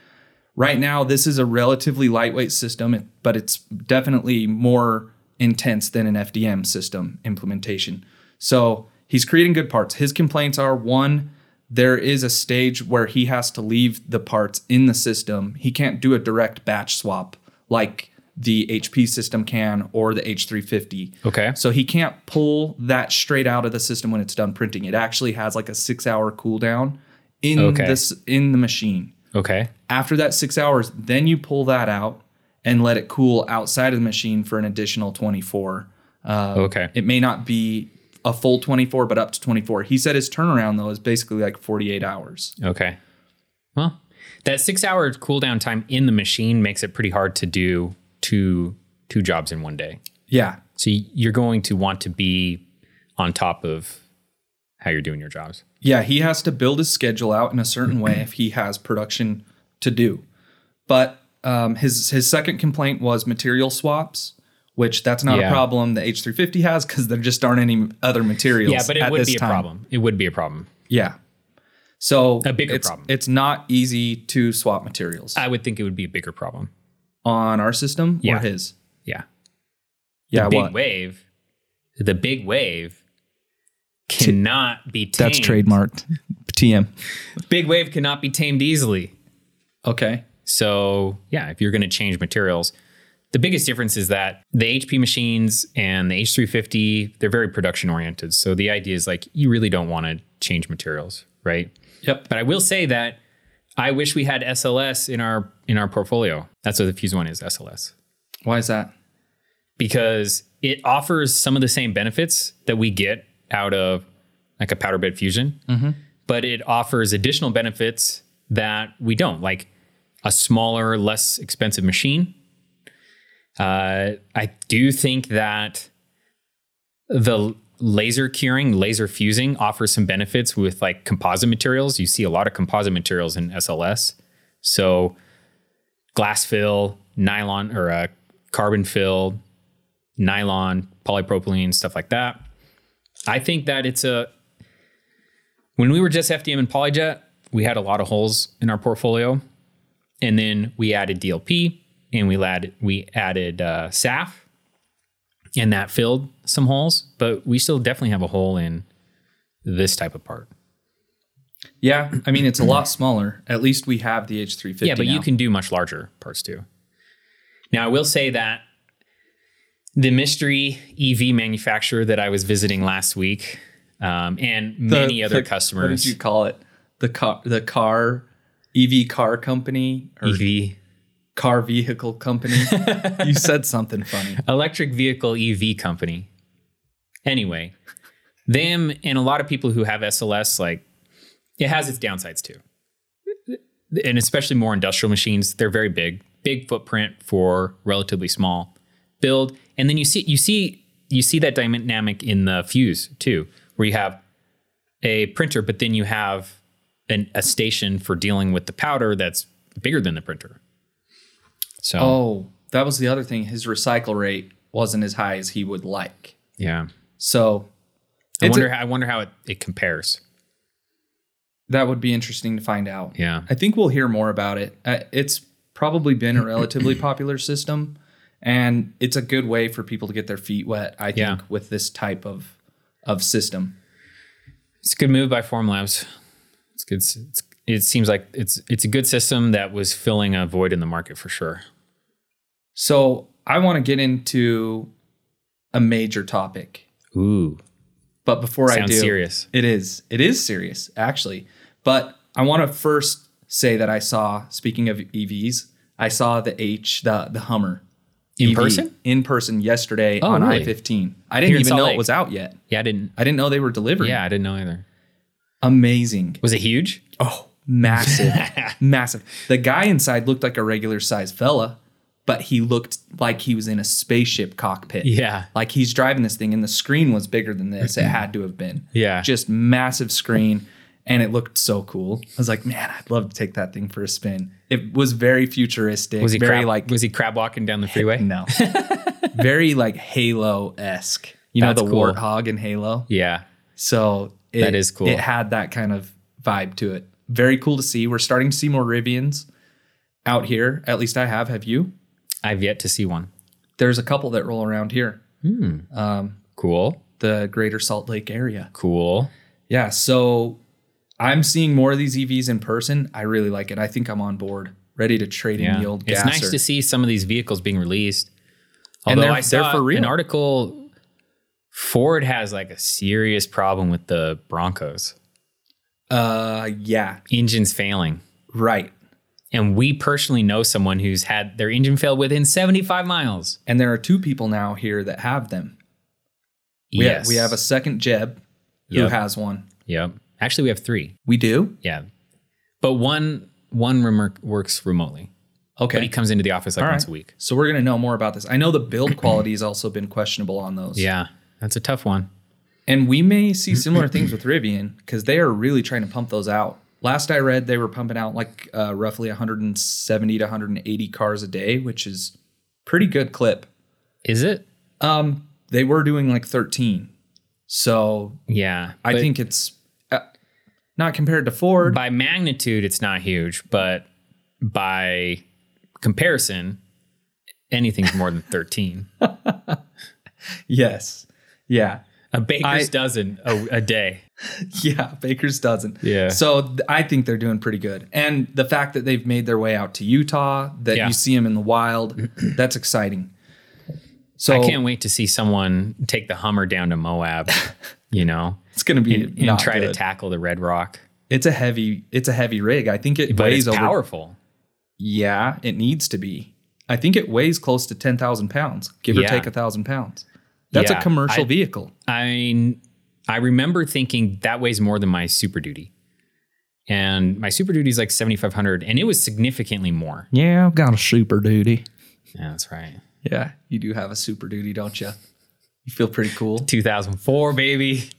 [SPEAKER 1] Right now, this is a relatively lightweight system, but it's definitely more intense than an FDM system implementation. So he's creating good parts. His complaints are one, there is a stage where he has to leave the parts in the system. He can't do a direct batch swap like the HP system can or the H350.
[SPEAKER 4] Okay.
[SPEAKER 1] So he can't pull that straight out of the system when it's done printing. It actually has like a six hour cooldown in
[SPEAKER 4] Okay.
[SPEAKER 1] this in the machine.
[SPEAKER 4] Okay.
[SPEAKER 1] After that six hours, then you pull that out and let it cool outside of the machine for an additional 24. Uh,
[SPEAKER 4] Okay.
[SPEAKER 1] It may not be a full 24, but up to 24. He said his turnaround though is basically like 48 hours.
[SPEAKER 4] Okay. Well, that six hour cooldown time in the machine makes it pretty hard to do two two jobs in one day.
[SPEAKER 1] Yeah.
[SPEAKER 4] So y- you're going to want to be on top of how you're doing your jobs.
[SPEAKER 1] Yeah, he has to build his schedule out in a certain way
[SPEAKER 4] *clears throat*
[SPEAKER 1] if he has production to do. But um, his his second complaint was material swaps, which that's not
[SPEAKER 4] Yeah.
[SPEAKER 1] a problem the H350 has because there just aren't any other materials.
[SPEAKER 4] Yeah, but it
[SPEAKER 1] at
[SPEAKER 4] would
[SPEAKER 1] this
[SPEAKER 4] be a
[SPEAKER 1] time.
[SPEAKER 4] problem. It would be a problem.
[SPEAKER 1] Yeah. So
[SPEAKER 4] A bigger
[SPEAKER 1] it's,
[SPEAKER 4] problem.
[SPEAKER 1] It's not easy to swap materials
[SPEAKER 4] I would think it would be a bigger problem.
[SPEAKER 1] on our system
[SPEAKER 4] Yeah.
[SPEAKER 1] or his.
[SPEAKER 4] Yeah.
[SPEAKER 1] Yeah,
[SPEAKER 4] big
[SPEAKER 1] what?
[SPEAKER 4] wave, the big wave cannot be tamed.
[SPEAKER 1] that's trademarked. TM.
[SPEAKER 4] Big wave cannot be tamed easily.
[SPEAKER 1] Okay.
[SPEAKER 4] So, yeah, if you're going to change materials, the biggest difference is that the HP machines and the H350, they're very production oriented. So the idea is like you really don't want to change materials, right?
[SPEAKER 1] Yep.
[SPEAKER 4] But I will say that I wish we had SLS in our in our portfolio. That's what the Fuse One is, SLS.
[SPEAKER 1] Why is that?
[SPEAKER 4] because it offers some of the same benefits that we get out of like a powder bed fusion, but it offers additional benefits that we don't, like a smaller, less expensive machine. Uh, I do think that the laser curing, laser fusing offers some benefits with like composite materials. You see a lot of composite materials in SLS. So glass fill, nylon or uh, carbon fill, nylon, polypropylene, stuff like that. I think that it's a when we were just FDM and Polyjet, we had a lot of holes in our portfolio, and then we added DLP and we added we added uh, SAF, and that filled some holes. But we still definitely have a hole in this type of part.
[SPEAKER 1] Yeah, I mean it's a lot smaller. At least we have the H350.
[SPEAKER 4] Yeah, but you
[SPEAKER 1] now.
[SPEAKER 4] can do much larger parts too. Now, I will say that the mystery EV manufacturer that I was visiting last week um, and
[SPEAKER 1] The-
[SPEAKER 4] many other
[SPEAKER 1] the- What did
[SPEAKER 4] customers,
[SPEAKER 1] you call it? The car, the car, EV car company or
[SPEAKER 4] EV,
[SPEAKER 1] car vehicle company.
[SPEAKER 4] *laughs*
[SPEAKER 1] you said something funny.
[SPEAKER 4] electric vehicle EV company. Anyway, them and a lot of people who have SLS, like it has its downsides too. And especially more industrial machines, they're very big, big footprint for relatively small build. And then you see you see you see that dynamic in the fuse too, where you have a printer, but then you have an, a station for dealing with the powder that's bigger than the printer. So
[SPEAKER 1] Oh, that was the other thing. His recycle rate wasn't as high as he would like.
[SPEAKER 4] yeah.
[SPEAKER 1] So
[SPEAKER 4] I
[SPEAKER 1] it's a-
[SPEAKER 4] wonder, how I wonder how it, it compares.
[SPEAKER 1] that would be interesting to find out.
[SPEAKER 4] Yeah.
[SPEAKER 1] I think we'll hear more about it. Uh, It's probably been
[SPEAKER 4] *clears throat*
[SPEAKER 1] a relatively popular system, and it's a good way for people to get their feet wet. I think
[SPEAKER 4] Yeah.
[SPEAKER 1] with this type of of system.
[SPEAKER 4] It's a good move by Form Labs. It's good. s- It's, it seems like it's it's a good system that was filling a void in the market for sure.
[SPEAKER 1] So I want to get into a major topic,
[SPEAKER 4] Ooh,
[SPEAKER 1] but before I
[SPEAKER 4] Sounds
[SPEAKER 1] do,
[SPEAKER 4] serious.
[SPEAKER 1] It is. It is serious, actually. But I want to first say that I saw. Speaking of EVs, I saw the H, the the Hummer,
[SPEAKER 4] in
[SPEAKER 1] EV
[SPEAKER 4] person?
[SPEAKER 1] E in person yesterday
[SPEAKER 4] Oh,
[SPEAKER 1] on
[SPEAKER 4] really?
[SPEAKER 1] I fifteen. I
[SPEAKER 4] Here
[SPEAKER 1] didn't
[SPEAKER 4] in
[SPEAKER 1] even
[SPEAKER 4] Salt
[SPEAKER 1] know
[SPEAKER 4] Lake.
[SPEAKER 1] it was out yet.
[SPEAKER 4] Yeah, I didn't.
[SPEAKER 1] I didn't know they were delivering.
[SPEAKER 4] Yeah, I didn't know either.
[SPEAKER 1] amazing.
[SPEAKER 4] Was it huge?
[SPEAKER 1] Oh,
[SPEAKER 4] *laughs*
[SPEAKER 1] massive, massive. The guy inside looked like a regular sized fella, but he looked like he was in a spaceship cockpit.
[SPEAKER 4] Yeah.
[SPEAKER 1] Like he's driving this thing, and the screen was bigger than this. It had to have been.
[SPEAKER 4] Yeah.
[SPEAKER 1] Just massive screen. And it looked so cool. I was like, man, I'd love to take that thing for a spin. It was very futuristic.
[SPEAKER 4] Was he
[SPEAKER 1] very
[SPEAKER 4] crab,
[SPEAKER 1] like
[SPEAKER 4] Was he crab walking down the *laughs* freeway?
[SPEAKER 1] no, very like Halo esque. You know
[SPEAKER 4] That's
[SPEAKER 1] the
[SPEAKER 4] cool.
[SPEAKER 1] warthog in Halo.
[SPEAKER 4] Yeah.
[SPEAKER 1] So it,
[SPEAKER 4] That is cool.
[SPEAKER 1] It had that kind of vibe to it. Very cool to see. We're starting to see more Rivians out here. At least I have. Have you?
[SPEAKER 4] I've yet to see one.
[SPEAKER 1] There's a couple that roll around here,
[SPEAKER 4] Cool.
[SPEAKER 1] the Greater Salt Lake area.
[SPEAKER 4] Cool.
[SPEAKER 1] Yeah. So I'm seeing more of these EVs in person. I really like it. I think I'm on board, ready to trade in the old
[SPEAKER 4] it's
[SPEAKER 1] gasser.
[SPEAKER 4] nice to see some of these vehicles being released.
[SPEAKER 1] And
[SPEAKER 4] Although
[SPEAKER 1] they're-
[SPEAKER 4] I saw
[SPEAKER 1] they're for real.
[SPEAKER 4] an article. Ford has like a serious problem with the Broncos.
[SPEAKER 1] Uh, yeah.
[SPEAKER 4] Engines failing.
[SPEAKER 1] Right.
[SPEAKER 4] And we personally know someone who's had their engine fail within 75 miles.
[SPEAKER 1] And there are two people now here that have them. We ha- we have a second Jeb who
[SPEAKER 4] Yep.
[SPEAKER 1] has one.
[SPEAKER 4] Yep. Actually, we have three.
[SPEAKER 1] We do.
[SPEAKER 4] Yeah. But one one remer- works remotely.
[SPEAKER 1] Okay.
[SPEAKER 4] But he comes into the office like
[SPEAKER 1] All
[SPEAKER 4] once
[SPEAKER 1] right.
[SPEAKER 4] a week.
[SPEAKER 1] So we're gonna know more about this. I know the
[SPEAKER 4] *clears throat*
[SPEAKER 1] build quality has also been questionable on those.
[SPEAKER 4] Yeah, that's a tough one.
[SPEAKER 1] And we may
[SPEAKER 4] *clears throat*
[SPEAKER 1] see similar things with Rivian because they are really trying to pump those out. Last I read, they were pumping out like uh, roughly 170 to 180 cars a day, which is pretty good clip.
[SPEAKER 4] Is it?
[SPEAKER 1] Um, they were doing like 13, so
[SPEAKER 4] Yeah,
[SPEAKER 1] I
[SPEAKER 4] but
[SPEAKER 1] think it's uh, not compared to Ford.
[SPEAKER 4] by magnitude it's not huge, but by comparison, anything's more than thirteen.
[SPEAKER 1] yes, yeah,
[SPEAKER 4] A
[SPEAKER 1] *laughs*
[SPEAKER 4] baker's
[SPEAKER 1] I-
[SPEAKER 4] dozen a, a day.
[SPEAKER 1] *laughs* yeah. Baker's dozen.
[SPEAKER 4] Yeah.
[SPEAKER 1] So th- I think they're doing pretty good, and the fact that they've made their way out to Utah, that
[SPEAKER 4] Yeah.
[SPEAKER 1] you see them in the
[SPEAKER 4] *clears throat*
[SPEAKER 1] wild, that's exciting. So
[SPEAKER 4] I can't wait to see someone take the Hummer down to Moab,
[SPEAKER 1] *laughs*
[SPEAKER 4] you know,
[SPEAKER 1] It's going to be
[SPEAKER 4] and, and
[SPEAKER 1] not
[SPEAKER 4] try to
[SPEAKER 1] good.
[SPEAKER 4] tackle the Red Rock.
[SPEAKER 1] It's a heavy. It's a heavy rig. I think it
[SPEAKER 4] But
[SPEAKER 1] weighs
[SPEAKER 4] it's
[SPEAKER 1] over.
[SPEAKER 4] powerful.
[SPEAKER 1] Yeah, it needs to be. I think it weighs close to ten thousand pounds, give or
[SPEAKER 4] Yeah.
[SPEAKER 1] take a thousand pounds. That's
[SPEAKER 4] Yeah,
[SPEAKER 1] a commercial
[SPEAKER 4] I-
[SPEAKER 1] vehicle.
[SPEAKER 4] I mean, I remember thinking that weighs more than my Super Duty. And my Super Duty is like 7,500, and it was significantly more.
[SPEAKER 1] Yeah, I've got a Super Duty.
[SPEAKER 4] Yeah, that's right.
[SPEAKER 1] Yeah, you do have a Super Duty, don't you? You feel pretty cool. *laughs*
[SPEAKER 4] 2004, baby.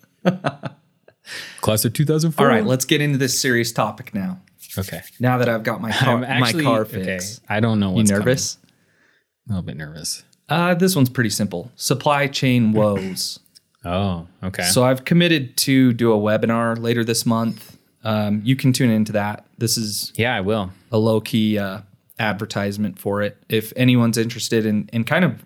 [SPEAKER 4] Cluster 2004.
[SPEAKER 1] All right, let's get into this serious topic now.
[SPEAKER 4] Okay.
[SPEAKER 1] Now that I've got my car,
[SPEAKER 4] *laughs* I'm actually,
[SPEAKER 1] my car
[SPEAKER 4] okay,
[SPEAKER 1] fixed.
[SPEAKER 4] I don't know
[SPEAKER 1] You
[SPEAKER 4] what's
[SPEAKER 1] nervous?
[SPEAKER 4] coming. A little bit nervous.
[SPEAKER 1] Uh, this one's pretty simple. Supply
[SPEAKER 4] *laughs*
[SPEAKER 1] chain woes.
[SPEAKER 4] Oh, okay.
[SPEAKER 1] So I've committed to do a webinar later this month. Um, you can tune into that. This is
[SPEAKER 4] yeah, I will.
[SPEAKER 1] a low key uh, advertisement for it. If anyone's interested in in kind of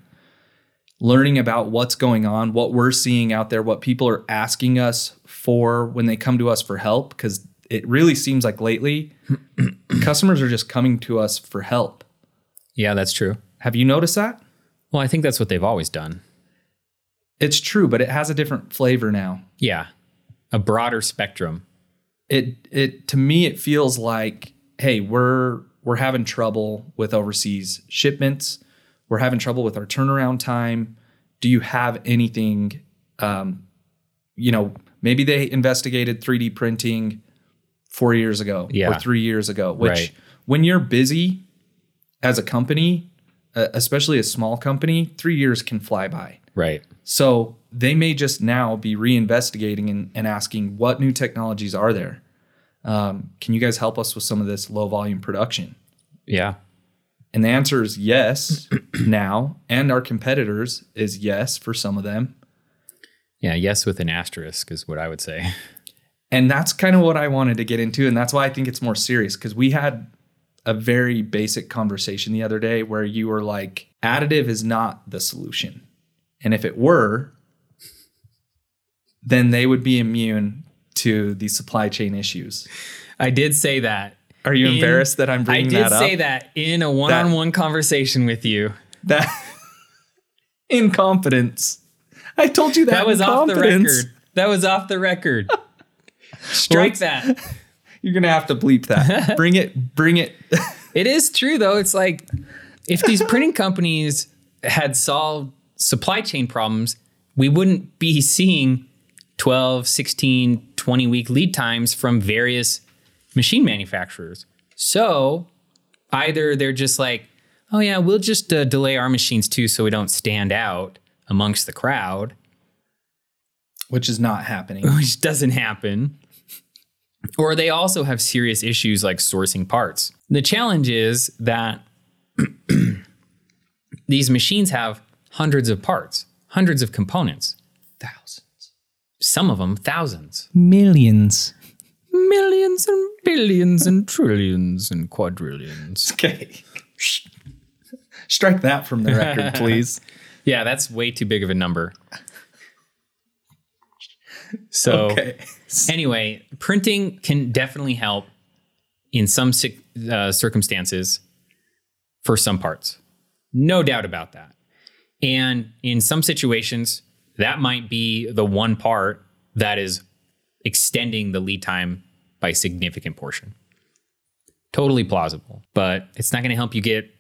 [SPEAKER 1] learning about what's going on, what we're seeing out there, what people are asking us for when they come to us for help, because it really seems like
[SPEAKER 4] *clears throat*
[SPEAKER 1] lately customers are just coming to us for help.
[SPEAKER 4] Yeah, that's true.
[SPEAKER 1] Have you noticed that?
[SPEAKER 4] Well, I think that's what they've always done.
[SPEAKER 1] It's true, but it has a different flavor now.
[SPEAKER 4] Yeah. A broader spectrum.
[SPEAKER 1] it it to me it feels like hey we're we're having trouble with overseas shipments we're having trouble with our turnaround time do you have anything um you know maybe they investigated 3d printing four years ago or
[SPEAKER 4] Yeah.
[SPEAKER 1] three years ago which
[SPEAKER 4] Right.
[SPEAKER 1] when you're busy as a company uh, especially a small company three years can fly by
[SPEAKER 4] Right.
[SPEAKER 1] so they may just now be reinvestigating and, and asking what new technologies are there? Um, can you guys help us with some of this low volume production?
[SPEAKER 4] Yeah.
[SPEAKER 1] And the answer is yes *clears throat* now. And our competitors is yes for some of them.
[SPEAKER 4] Yeah. Yes, with an asterisk is what I would say. *laughs*
[SPEAKER 1] And that's kind of what I wanted to get into. And that's why I think it's more serious because we had a very basic conversation the other day where you were like, additive is not the solution. And if it were, then they would be immune to the supply chain issues.
[SPEAKER 4] I did say that.
[SPEAKER 1] Are you embarrassed that I'm bringing
[SPEAKER 4] I did
[SPEAKER 1] that up?
[SPEAKER 4] say that in a one-on-one conversation with you.
[SPEAKER 1] That *laughs* incompetence. I told you that.
[SPEAKER 4] That was
[SPEAKER 1] in
[SPEAKER 4] off the
[SPEAKER 1] confidence.
[SPEAKER 4] record. That was off the *laughs* record. Strike that.
[SPEAKER 1] You're gonna have to bleep
[SPEAKER 4] *laughs*
[SPEAKER 1] that. bring it. Bring it.
[SPEAKER 4] It is true though. It's like if these printing companies had solved supply chain problems, we wouldn't be seeing 12, 16, 20 week lead times from various machine manufacturers. So either they're just like, oh yeah, we'll just uh, delay our machines too so we don't stand out amongst the crowd,
[SPEAKER 1] Which is not happening.
[SPEAKER 4] which doesn't happen. Or they also have serious issues like sourcing parts. The challenge is that *clears throat* these machines have hundreds of parts, hundreds of components,
[SPEAKER 1] Thousands,
[SPEAKER 4] some of them thousands,
[SPEAKER 1] millions.
[SPEAKER 4] millions and billions and trillions and quadrillions.
[SPEAKER 1] Okay. Strike that from the record,
[SPEAKER 4] *laughs*
[SPEAKER 1] please.
[SPEAKER 4] Yeah, that's way too big of a number. So,
[SPEAKER 1] *laughs* Okay.
[SPEAKER 4] anyway, printing can definitely help in some sic- uh, circumstances for some parts. No doubt about that. And in some situations, that might be the one part that is extending the lead time by a significant portion. Totally plausible, but it's not going to help you get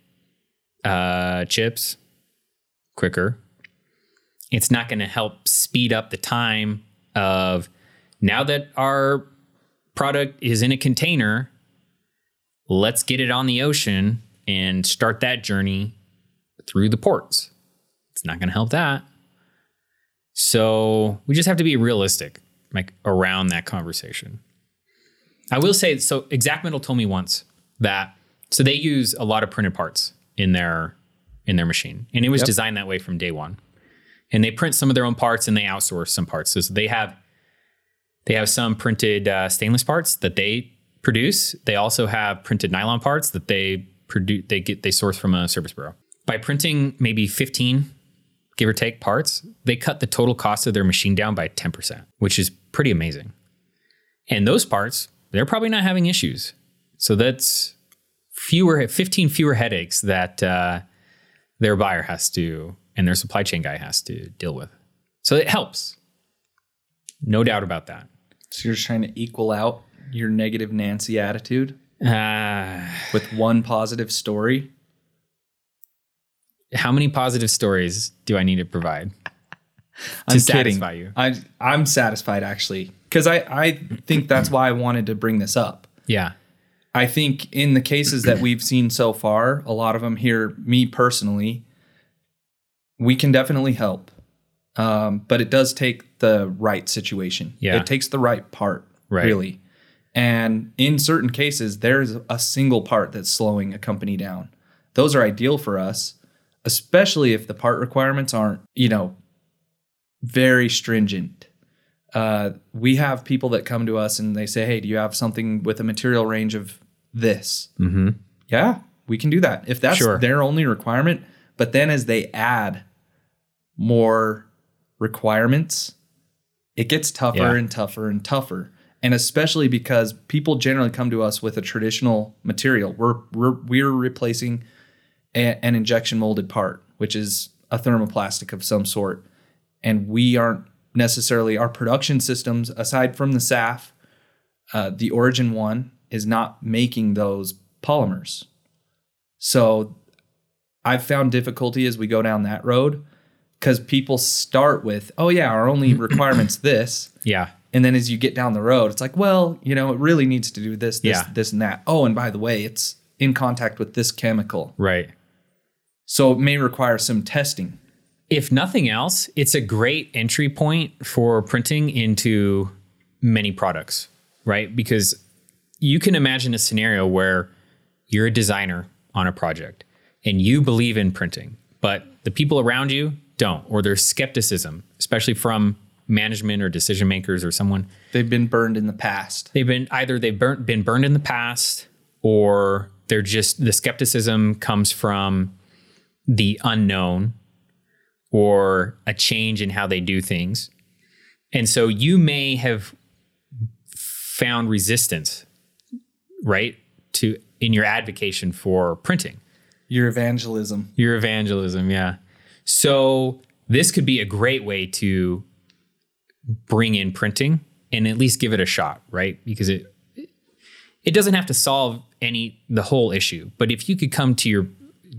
[SPEAKER 4] uh, chips quicker. It's not going to help speed up the time of now that our product is in a container, let's get it on the ocean and start that journey through the ports. It's not going to help that. So we just have to be realistic, like around that conversation. I will say, so Exact Metal told me once that so they use a lot of printed parts in their in their machine, and it was designed that way from day one. And they print some of their own parts, and they outsource some parts. So they have they have some printed uh, stainless parts that they produce. They also have printed nylon parts that they produce. They get they source from a service bureau. By printing maybe 15, give or take, parts, they cut the total cost of their machine down by 10%, which is pretty amazing. And those parts, they're probably not having issues. So that's fewer 15 fewer headaches that uh, their buyer has to and their supply chain guy has to deal with. So it helps. No doubt about that.
[SPEAKER 1] So you're just trying to equal out your negative Nancy attitude
[SPEAKER 4] Uh,
[SPEAKER 1] with one positive story.
[SPEAKER 4] how many positive stories do I need to provide?
[SPEAKER 1] I'm
[SPEAKER 4] satisfy
[SPEAKER 1] kidding.
[SPEAKER 4] you.
[SPEAKER 1] I, I'm satisfied actually because I, I think that's why I wanted to bring this up.
[SPEAKER 4] Yeah.
[SPEAKER 1] I think in the cases that we've seen so far, a lot of them here, me personally, we can definitely help. Um, but it does take the right situation.
[SPEAKER 4] Yeah.
[SPEAKER 1] It takes the right part,
[SPEAKER 4] Right.
[SPEAKER 1] really. And in certain cases, there's a single part that's slowing a company down. Those are ideal for us, especially if the part requirements aren't, you know, very stringent uh, we have people that come to us and they say, "Hey, do you have something with a material range of this?" Mm-hmm. Yeah, we can do that if that's
[SPEAKER 4] Sure.
[SPEAKER 1] their only requirement. But then, as they add more requirements, it gets tougher
[SPEAKER 4] Yeah.
[SPEAKER 1] and tougher and tougher. And especially because people generally come to us with a traditional material, we're we're, we're replacing a, an injection molded part, which is a thermoplastic of some sort and we aren't necessarily our production systems aside from the SAF, uh, the Origin one is not making those polymers. So I've found difficulty as we go down that road because people start with, oh yeah, our
[SPEAKER 4] *clears throat*
[SPEAKER 1] only requirement's this.
[SPEAKER 4] Yeah.
[SPEAKER 1] And then as you get down the road, it's like, well, you know, it really needs to do this, this,
[SPEAKER 4] Yeah.
[SPEAKER 1] this, and that. Oh, and by the way, it's in contact with this chemical.
[SPEAKER 4] Right.
[SPEAKER 1] So it may require some testing.
[SPEAKER 4] If nothing else, it's a great entry point for printing into many products, right? Because you can imagine a scenario where you're a designer on a project and you believe in printing, but the people around you don't, or there's skepticism, especially from management or decision makers or someone.
[SPEAKER 1] They've been burned in the past.
[SPEAKER 4] they've been either they've burnt, been burned in the past or they're just the skepticism comes from the unknown or a change in how they do things and so you may have found resistance right to in your advocation for printing
[SPEAKER 1] Your evangelism.
[SPEAKER 4] your evangelism, yeah. So this could be a great way to bring in printing and at least give it a shot, right? Because it it doesn't have to solve any the whole issue, but if you could come to your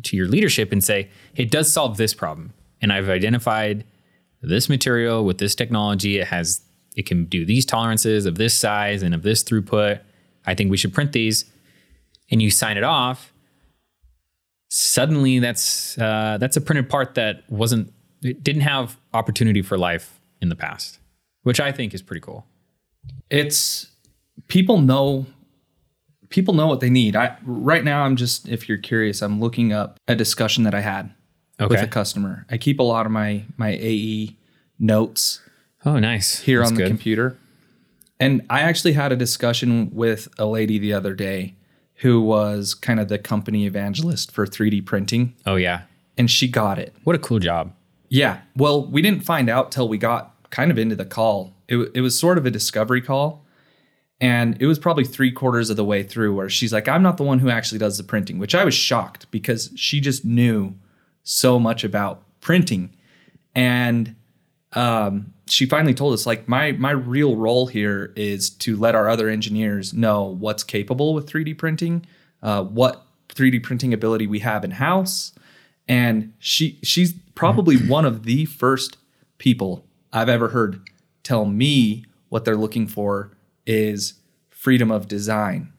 [SPEAKER 4] to your leadership and say, "It does solve this problem, and I've identified this material with this technology. It has it can do these tolerances of this size and of this throughput. I think we should print these." And you sign it off, suddenly that's uh, that's a printed part that wasn't it didn't have opportunity for life in the past, which I think is pretty cool.
[SPEAKER 1] it's people know people know what they need. I right now I'm just if you're curious, I'm looking up a discussion that I had with
[SPEAKER 4] Okay.
[SPEAKER 1] a customer. I keep a lot of my my AE notes
[SPEAKER 4] Oh, nice.
[SPEAKER 1] here
[SPEAKER 4] That's
[SPEAKER 1] on the
[SPEAKER 4] good.
[SPEAKER 1] computer. And I actually had a discussion with a lady the other day who was kind of the company evangelist for 3D printing
[SPEAKER 4] Oh yeah,
[SPEAKER 1] and she got it.
[SPEAKER 4] what a cool job.
[SPEAKER 1] Yeah. Well, we didn't find out till we got kind of into the call. It, wa- it was sort of a discovery call. And it was probably three quarters of the way through where she's like, I'm not the one who actually does the printing, which I was shocked because she just knew so much about printing. And um, she finally told us, like, my my real role here is to let our other engineers know what's capable with 3D printing, uh, what 3D printing ability we have in house, and she she's
[SPEAKER 4] *clears throat*
[SPEAKER 1] probably one of the first people I've ever heard tell me what they're looking for is freedom of design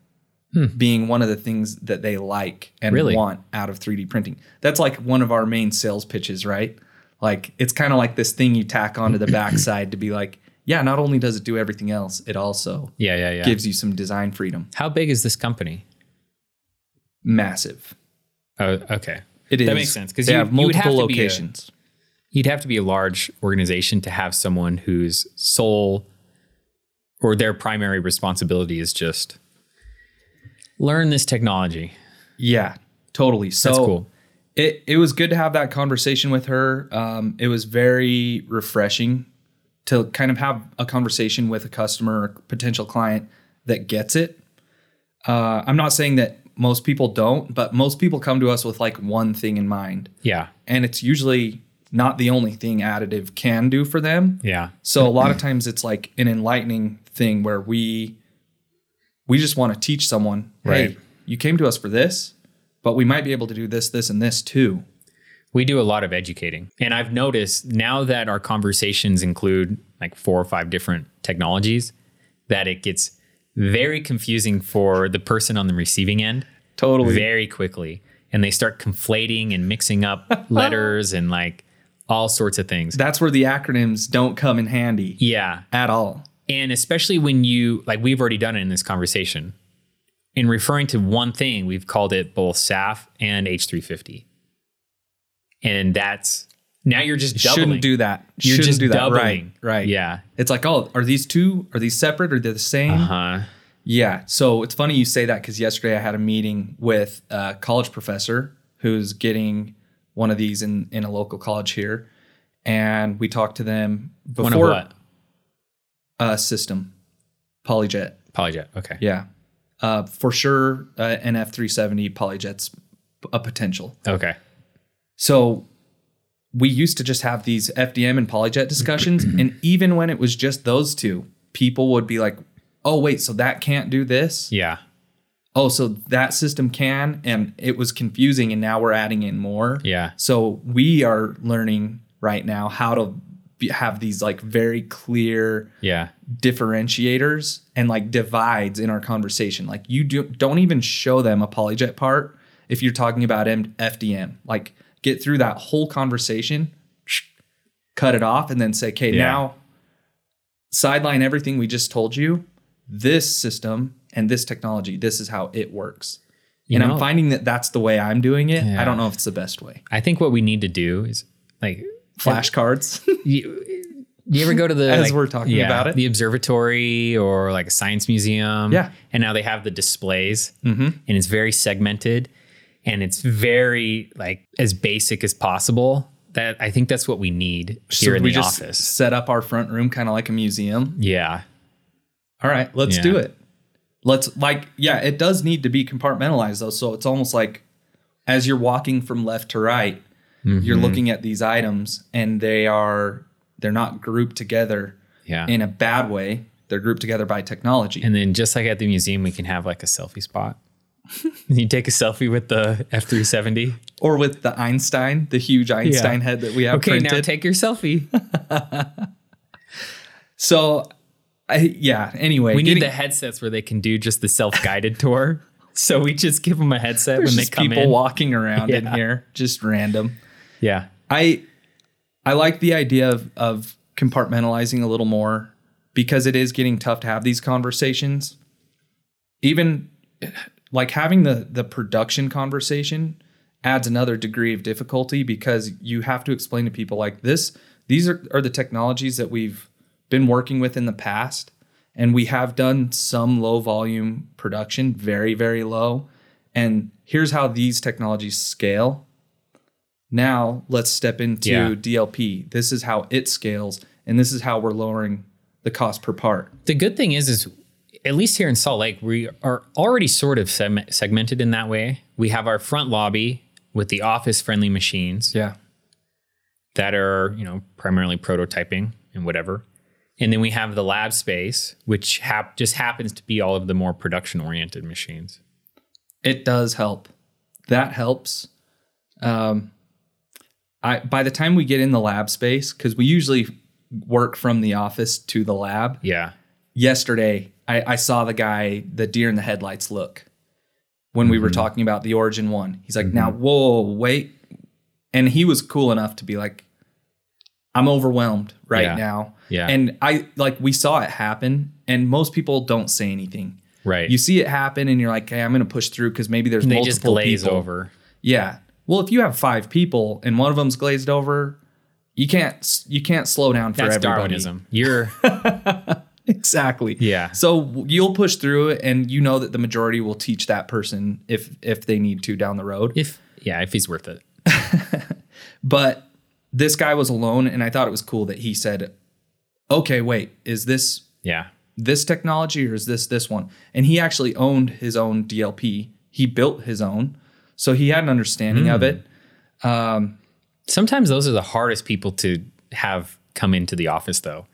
[SPEAKER 1] being one of the things that they like and
[SPEAKER 4] Hmm. Really?
[SPEAKER 1] want out of 3D printing. That's like one of our main sales pitches, right? Like it's kind of like this thing you tack
[SPEAKER 4] *clears throat*
[SPEAKER 1] onto the backside to be like, yeah, not only does it do everything else, it also
[SPEAKER 4] Yeah, yeah, yeah.
[SPEAKER 1] gives you some design freedom.
[SPEAKER 4] How big is this company?
[SPEAKER 1] Massive.
[SPEAKER 4] Oh, okay.
[SPEAKER 1] It is.
[SPEAKER 4] That makes sense, 'cause
[SPEAKER 1] they
[SPEAKER 4] you-
[SPEAKER 1] have
[SPEAKER 4] you would have
[SPEAKER 1] multiple
[SPEAKER 4] to be a-
[SPEAKER 1] locations.
[SPEAKER 4] You'd have to be a large organization to have someone whose sole or their primary responsibility is just learn this technology.
[SPEAKER 1] Yeah, totally. So
[SPEAKER 4] That's cool.
[SPEAKER 1] It it was good to have that conversation with her. Um, it was very refreshing to kind of have a conversation with a customer, or potential client that gets it. Uh, I'm not saying that most people don't, but most people come to us with like one thing in mind,
[SPEAKER 4] Yeah.
[SPEAKER 1] and it's usually not the only thing additive can do for them.
[SPEAKER 4] Yeah.
[SPEAKER 1] So a lot of times it's like an enlightening thing where we we just want to teach someone, hey,
[SPEAKER 4] Right.
[SPEAKER 1] you came to us for this, but we might be able to do this, this, and this too.
[SPEAKER 4] we do a lot of educating. And I've noticed now that our conversations include like four or five different technologies, that it gets very confusing for the person on the receiving end
[SPEAKER 1] Totally.
[SPEAKER 4] very quickly. And they start conflating and
[SPEAKER 1] *laughs*
[SPEAKER 4] mixing up letters and like all sorts of things.
[SPEAKER 1] That's where the acronyms don't come in handy
[SPEAKER 4] yeah.
[SPEAKER 1] at all.
[SPEAKER 4] And especially when you, like, we've already done it in this conversation. In referring to one thing, we've called it both SAF and H350. And that's now you're just doubling.
[SPEAKER 1] Shouldn't do that.
[SPEAKER 4] You're
[SPEAKER 1] Shouldn't
[SPEAKER 4] just
[SPEAKER 1] do that.
[SPEAKER 4] doubling.
[SPEAKER 1] Right. Right.
[SPEAKER 4] Yeah.
[SPEAKER 1] It's like, oh, are these two? Are these separate? Are they the same?
[SPEAKER 4] Uh-huh.
[SPEAKER 1] Yeah. So it's funny you say that because yesterday I had a meeting with a college professor who's getting one of these in, in a local college here. And we talked to them
[SPEAKER 4] One
[SPEAKER 1] before
[SPEAKER 4] of what?
[SPEAKER 1] Uh, system, Polyjet.
[SPEAKER 4] Polyjet. Okay.
[SPEAKER 1] Yeah. Uh, for sure, uh, an F370 Polyjet's a potential.
[SPEAKER 4] Okay.
[SPEAKER 1] So we used to just have these FDM and polyjet discussions. and even when it was just those two, people would be like, oh, wait, so that can't do this?
[SPEAKER 4] Yeah.
[SPEAKER 1] Oh, so that system can. And it was confusing. And now we're adding in more.
[SPEAKER 4] Yeah.
[SPEAKER 1] So we are learning right now how to be, have these like very clear
[SPEAKER 4] Yeah.
[SPEAKER 1] differentiators and like divides in our conversation. Like you do, don't even show them a polyjet part if you're talking about M- FDM. Like get through that whole conversation, *sniffs* cut it off, and then say, "Okay,
[SPEAKER 4] Yeah.
[SPEAKER 1] now sideline everything we just told you. This system and this technology, this is how it works." and
[SPEAKER 4] know-
[SPEAKER 1] I'm finding that that's the way I'm doing it.
[SPEAKER 4] Yeah.
[SPEAKER 1] I don't know if it's the best way.
[SPEAKER 4] I think what we need to do is like
[SPEAKER 1] Flashcards. *laughs*
[SPEAKER 4] you, you ever go to the
[SPEAKER 1] As
[SPEAKER 4] like,
[SPEAKER 1] we're talking
[SPEAKER 4] yeah,
[SPEAKER 1] about it.
[SPEAKER 4] the observatory or like a science museum
[SPEAKER 1] Yeah. Mm-hmm.
[SPEAKER 4] and now they have the displays and it's very segmented and it's very like as basic as possible that i think that's what we need
[SPEAKER 1] So
[SPEAKER 4] here in
[SPEAKER 1] we
[SPEAKER 4] the
[SPEAKER 1] just
[SPEAKER 4] office
[SPEAKER 1] set up our front room kind of like a museum.
[SPEAKER 4] yeah
[SPEAKER 1] All right, let's
[SPEAKER 4] Yeah.
[SPEAKER 1] do it. Let's like yeah, it does need to be compartmentalized though, so it's almost like as you're walking from left to right, you're
[SPEAKER 4] Mm-hmm.
[SPEAKER 1] looking at these items and they are they're not grouped together
[SPEAKER 4] yeah
[SPEAKER 1] in a bad way. They're grouped together by technology.
[SPEAKER 4] And then just like at the museum, we can have like a
[SPEAKER 1] *laughs*
[SPEAKER 4] selfie spot. you take a selfie with the F three seventy.
[SPEAKER 1] or with the Einstein, the huge Einstein head that we have
[SPEAKER 4] Okay,
[SPEAKER 1] printed.
[SPEAKER 4] now take your selfie.
[SPEAKER 1] so I, yeah, anyway,
[SPEAKER 4] We need
[SPEAKER 1] getting-
[SPEAKER 4] the headsets where they can do just the
[SPEAKER 1] *laughs*
[SPEAKER 4] self guided tour. So we just give them a headset
[SPEAKER 1] there's
[SPEAKER 4] when they
[SPEAKER 1] just
[SPEAKER 4] come
[SPEAKER 1] people
[SPEAKER 4] in.
[SPEAKER 1] walking around in
[SPEAKER 4] *laughs* Yeah.
[SPEAKER 1] here, just random.
[SPEAKER 4] yeah,
[SPEAKER 1] I I like the idea of of compartmentalizing a little more because it is getting tough to have these conversations. Even like having the the production conversation adds another degree of difficulty because you have to explain to people like this these are, are the technologies that we've been working with in the past and we have done some low volume production very very low and here's how these technologies scale now let's step into
[SPEAKER 4] Yeah.
[SPEAKER 1] DLP. This is how it scales, and this is how we're lowering the cost per part.
[SPEAKER 4] the good thing is, is at least here in Salt Lake, we are already sort of segment- segmented in that way. We have our front lobby with the office friendly machines.
[SPEAKER 1] Yeah.
[SPEAKER 4] that are you know primarily prototyping and whatever and then we have the lab space which hap- just happens to be all of the more production oriented machines
[SPEAKER 1] It does help. That helps. Um, I by the time we get in the lab space, because we usually work from the office to the lab.
[SPEAKER 4] yeah
[SPEAKER 1] Yesterday, I, I saw the guy, the deer in the headlights look. when
[SPEAKER 4] Mm-hmm.
[SPEAKER 1] we were talking about the origin one. He's like, now, whoa, wait. And he was cool enough to be like, I'm overwhelmed right
[SPEAKER 4] Yeah.
[SPEAKER 1] now.
[SPEAKER 4] Yeah.
[SPEAKER 1] And I like, we saw it happen, and most people don't say anything.
[SPEAKER 4] Right.
[SPEAKER 1] You see it happen, and you're like, hey, I'm going to push through because maybe there's
[SPEAKER 4] they
[SPEAKER 1] multiple
[SPEAKER 4] just glaze
[SPEAKER 1] people.
[SPEAKER 4] over.
[SPEAKER 1] Yeah. Well, if you have five people and one of them's glazed over, you can't you can't slow down for
[SPEAKER 4] That's
[SPEAKER 1] everybody.
[SPEAKER 4] Darwinism. You're
[SPEAKER 1] *laughs* Exactly.
[SPEAKER 4] Yeah.
[SPEAKER 1] So you'll push through it, and you know that the majority will teach that person if if they need to down the road.
[SPEAKER 4] if yeah, if he's worth it.
[SPEAKER 1] But this guy was alone, and I thought it was cool that he said, "Okay, wait, is this
[SPEAKER 4] Yeah.
[SPEAKER 1] this technology or is this this one?" And he actually owned his own DLP. He built his own, so he had an understanding
[SPEAKER 4] Hmm.
[SPEAKER 1] of it.
[SPEAKER 4] Sometimes those are the hardest people to have come into the office though.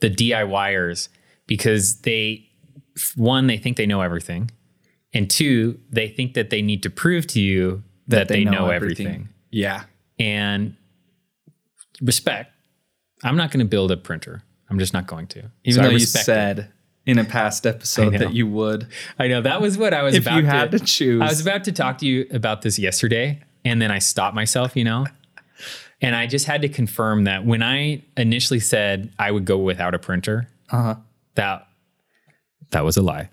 [SPEAKER 4] The DIYers because they f- one they think they know everything and two they think that they need to prove to you that, they, know, everything.
[SPEAKER 1] Yeah.
[SPEAKER 4] and respect. I'm not going to build a printer. I'm just not going to. So
[SPEAKER 1] Even
[SPEAKER 4] I
[SPEAKER 1] though you
[SPEAKER 4] respect
[SPEAKER 1] said in a past episode
[SPEAKER 4] I know.
[SPEAKER 1] that you would.
[SPEAKER 4] it. I know that was what I was
[SPEAKER 1] If
[SPEAKER 4] about
[SPEAKER 1] you had
[SPEAKER 4] to,
[SPEAKER 1] to choose.
[SPEAKER 4] I was about to talk to you about this yesterday, and then I stopped myself, you know, and I just had to confirm that when I initially said I would go without a printer, uh-huh. that that was a lie.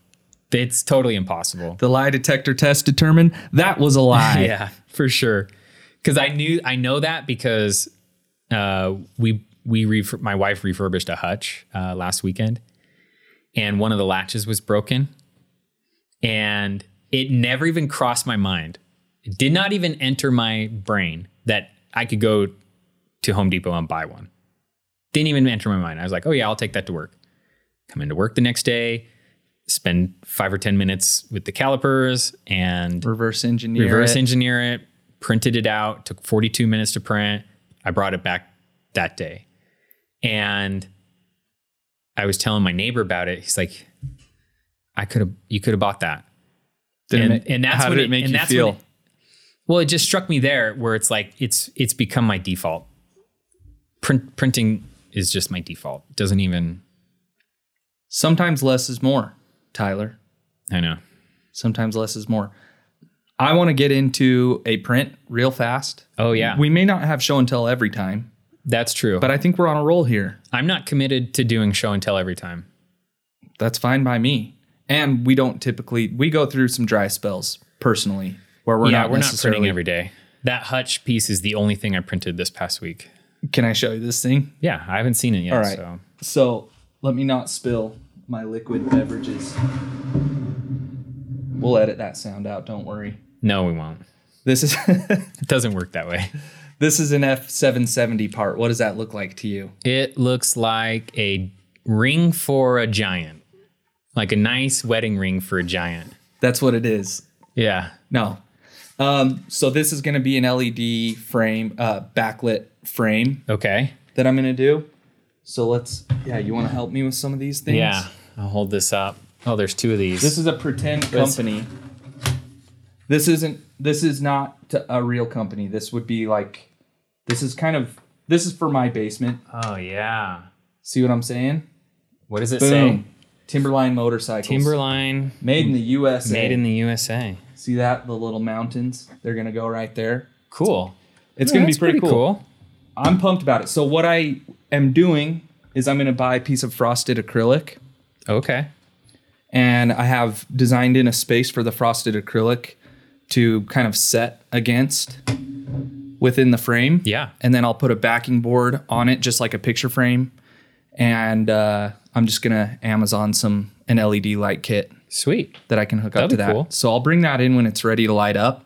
[SPEAKER 4] It's totally impossible.
[SPEAKER 1] The lie detector test determined that was a lie.
[SPEAKER 4] *laughs* yeah, for sure. Because I knew I know that because uh, we we ref- my wife refurbished a hutch uh, last weekend, and one of the latches was broken, and it never even crossed my mind. It did not even enter my brain that I could go to Home Depot and buy one. Didn't even enter my mind. I was like, oh yeah, I'll take that to work. Come into work the next day, spend five or ten minutes with the calipers and
[SPEAKER 1] Reverse engineer.
[SPEAKER 4] reverse
[SPEAKER 1] it.
[SPEAKER 4] engineer it, printed it out, took 42 minutes to print. I brought it back that day. And I was telling my neighbor about it. He's like, I could have, you could have bought that.
[SPEAKER 1] Did it
[SPEAKER 4] and,
[SPEAKER 1] make-
[SPEAKER 4] and that's
[SPEAKER 1] how
[SPEAKER 4] what
[SPEAKER 1] did it make
[SPEAKER 4] and
[SPEAKER 1] you
[SPEAKER 4] that's when
[SPEAKER 1] feel?
[SPEAKER 4] it- well, it just struck me there where it's like, it's, it's become my default. Print, printing is just my default. It doesn't even,
[SPEAKER 1] Sometimes less is more, Tyler.
[SPEAKER 4] I know.
[SPEAKER 1] Sometimes less is more. I want to get into a print real fast.
[SPEAKER 4] Oh yeah,
[SPEAKER 1] We may not have show and tell every time,
[SPEAKER 4] that's true.
[SPEAKER 1] but
[SPEAKER 4] But
[SPEAKER 1] I think we're on a roll here.
[SPEAKER 4] I'm not committed to doing show and tell every time.
[SPEAKER 1] That's fine by me. And we don't typically we go through some dry spells personally where we're
[SPEAKER 4] yeah,
[SPEAKER 1] not
[SPEAKER 4] we're not
[SPEAKER 1] necessarily
[SPEAKER 4] printing every day. That hutch piece is the only thing I printed this past week.
[SPEAKER 1] Can I show you this thing?
[SPEAKER 4] Yeah, I haven't seen it yet.
[SPEAKER 1] All right.
[SPEAKER 4] So
[SPEAKER 1] So let me not spill my liquid beverages. We'll edit that sound out. Don't worry.
[SPEAKER 4] no, we won't.
[SPEAKER 1] This is *laughs*
[SPEAKER 4] It doesn't work that way. *laughs*
[SPEAKER 1] this is an F seven seventy part. What does that look like to you?
[SPEAKER 4] It looks like a ring for a giant, like a nice wedding ring for a giant.
[SPEAKER 1] That's what it is.
[SPEAKER 4] Yeah.
[SPEAKER 1] No. Um, so this is going to be an LED frame, uh, backlit frame
[SPEAKER 4] Okay.
[SPEAKER 1] that I'm going to do. So let's. Yeah, you want to help me with some of these things?
[SPEAKER 4] Yeah. I'll hold this up. Oh, there's two of these.
[SPEAKER 1] This is a pretend company. This isn't. This is not t- a real company. This would be like. This is kind of. This is for my basement.
[SPEAKER 4] oh yeah.
[SPEAKER 1] See what I'm saying?
[SPEAKER 4] What does it say?
[SPEAKER 1] Boom. Timberline motorcycles.
[SPEAKER 4] Timberline
[SPEAKER 1] Made in the USA.
[SPEAKER 4] made in the USA.
[SPEAKER 1] See that? The little mountains. They're gonna go right there.
[SPEAKER 4] Cool.
[SPEAKER 1] It's
[SPEAKER 4] Yeah,
[SPEAKER 1] gonna be
[SPEAKER 4] that's
[SPEAKER 1] pretty, cool. I'm pumped about it. So what I am doing is I'm gonna buy a piece of frosted acrylic,
[SPEAKER 4] Okay.
[SPEAKER 1] and I have designed in a space for the frosted acrylic to kind of set against within the frame.
[SPEAKER 4] Yeah.
[SPEAKER 1] And then I'll put a backing board on it, just like a picture frame, and uh, I'm just gonna Amazon some an LED light kit
[SPEAKER 4] Sweet.
[SPEAKER 1] that I can hook up
[SPEAKER 4] That'd
[SPEAKER 1] to
[SPEAKER 4] be
[SPEAKER 1] that.
[SPEAKER 4] cool.
[SPEAKER 1] So I'll bring that in when it's ready to light up.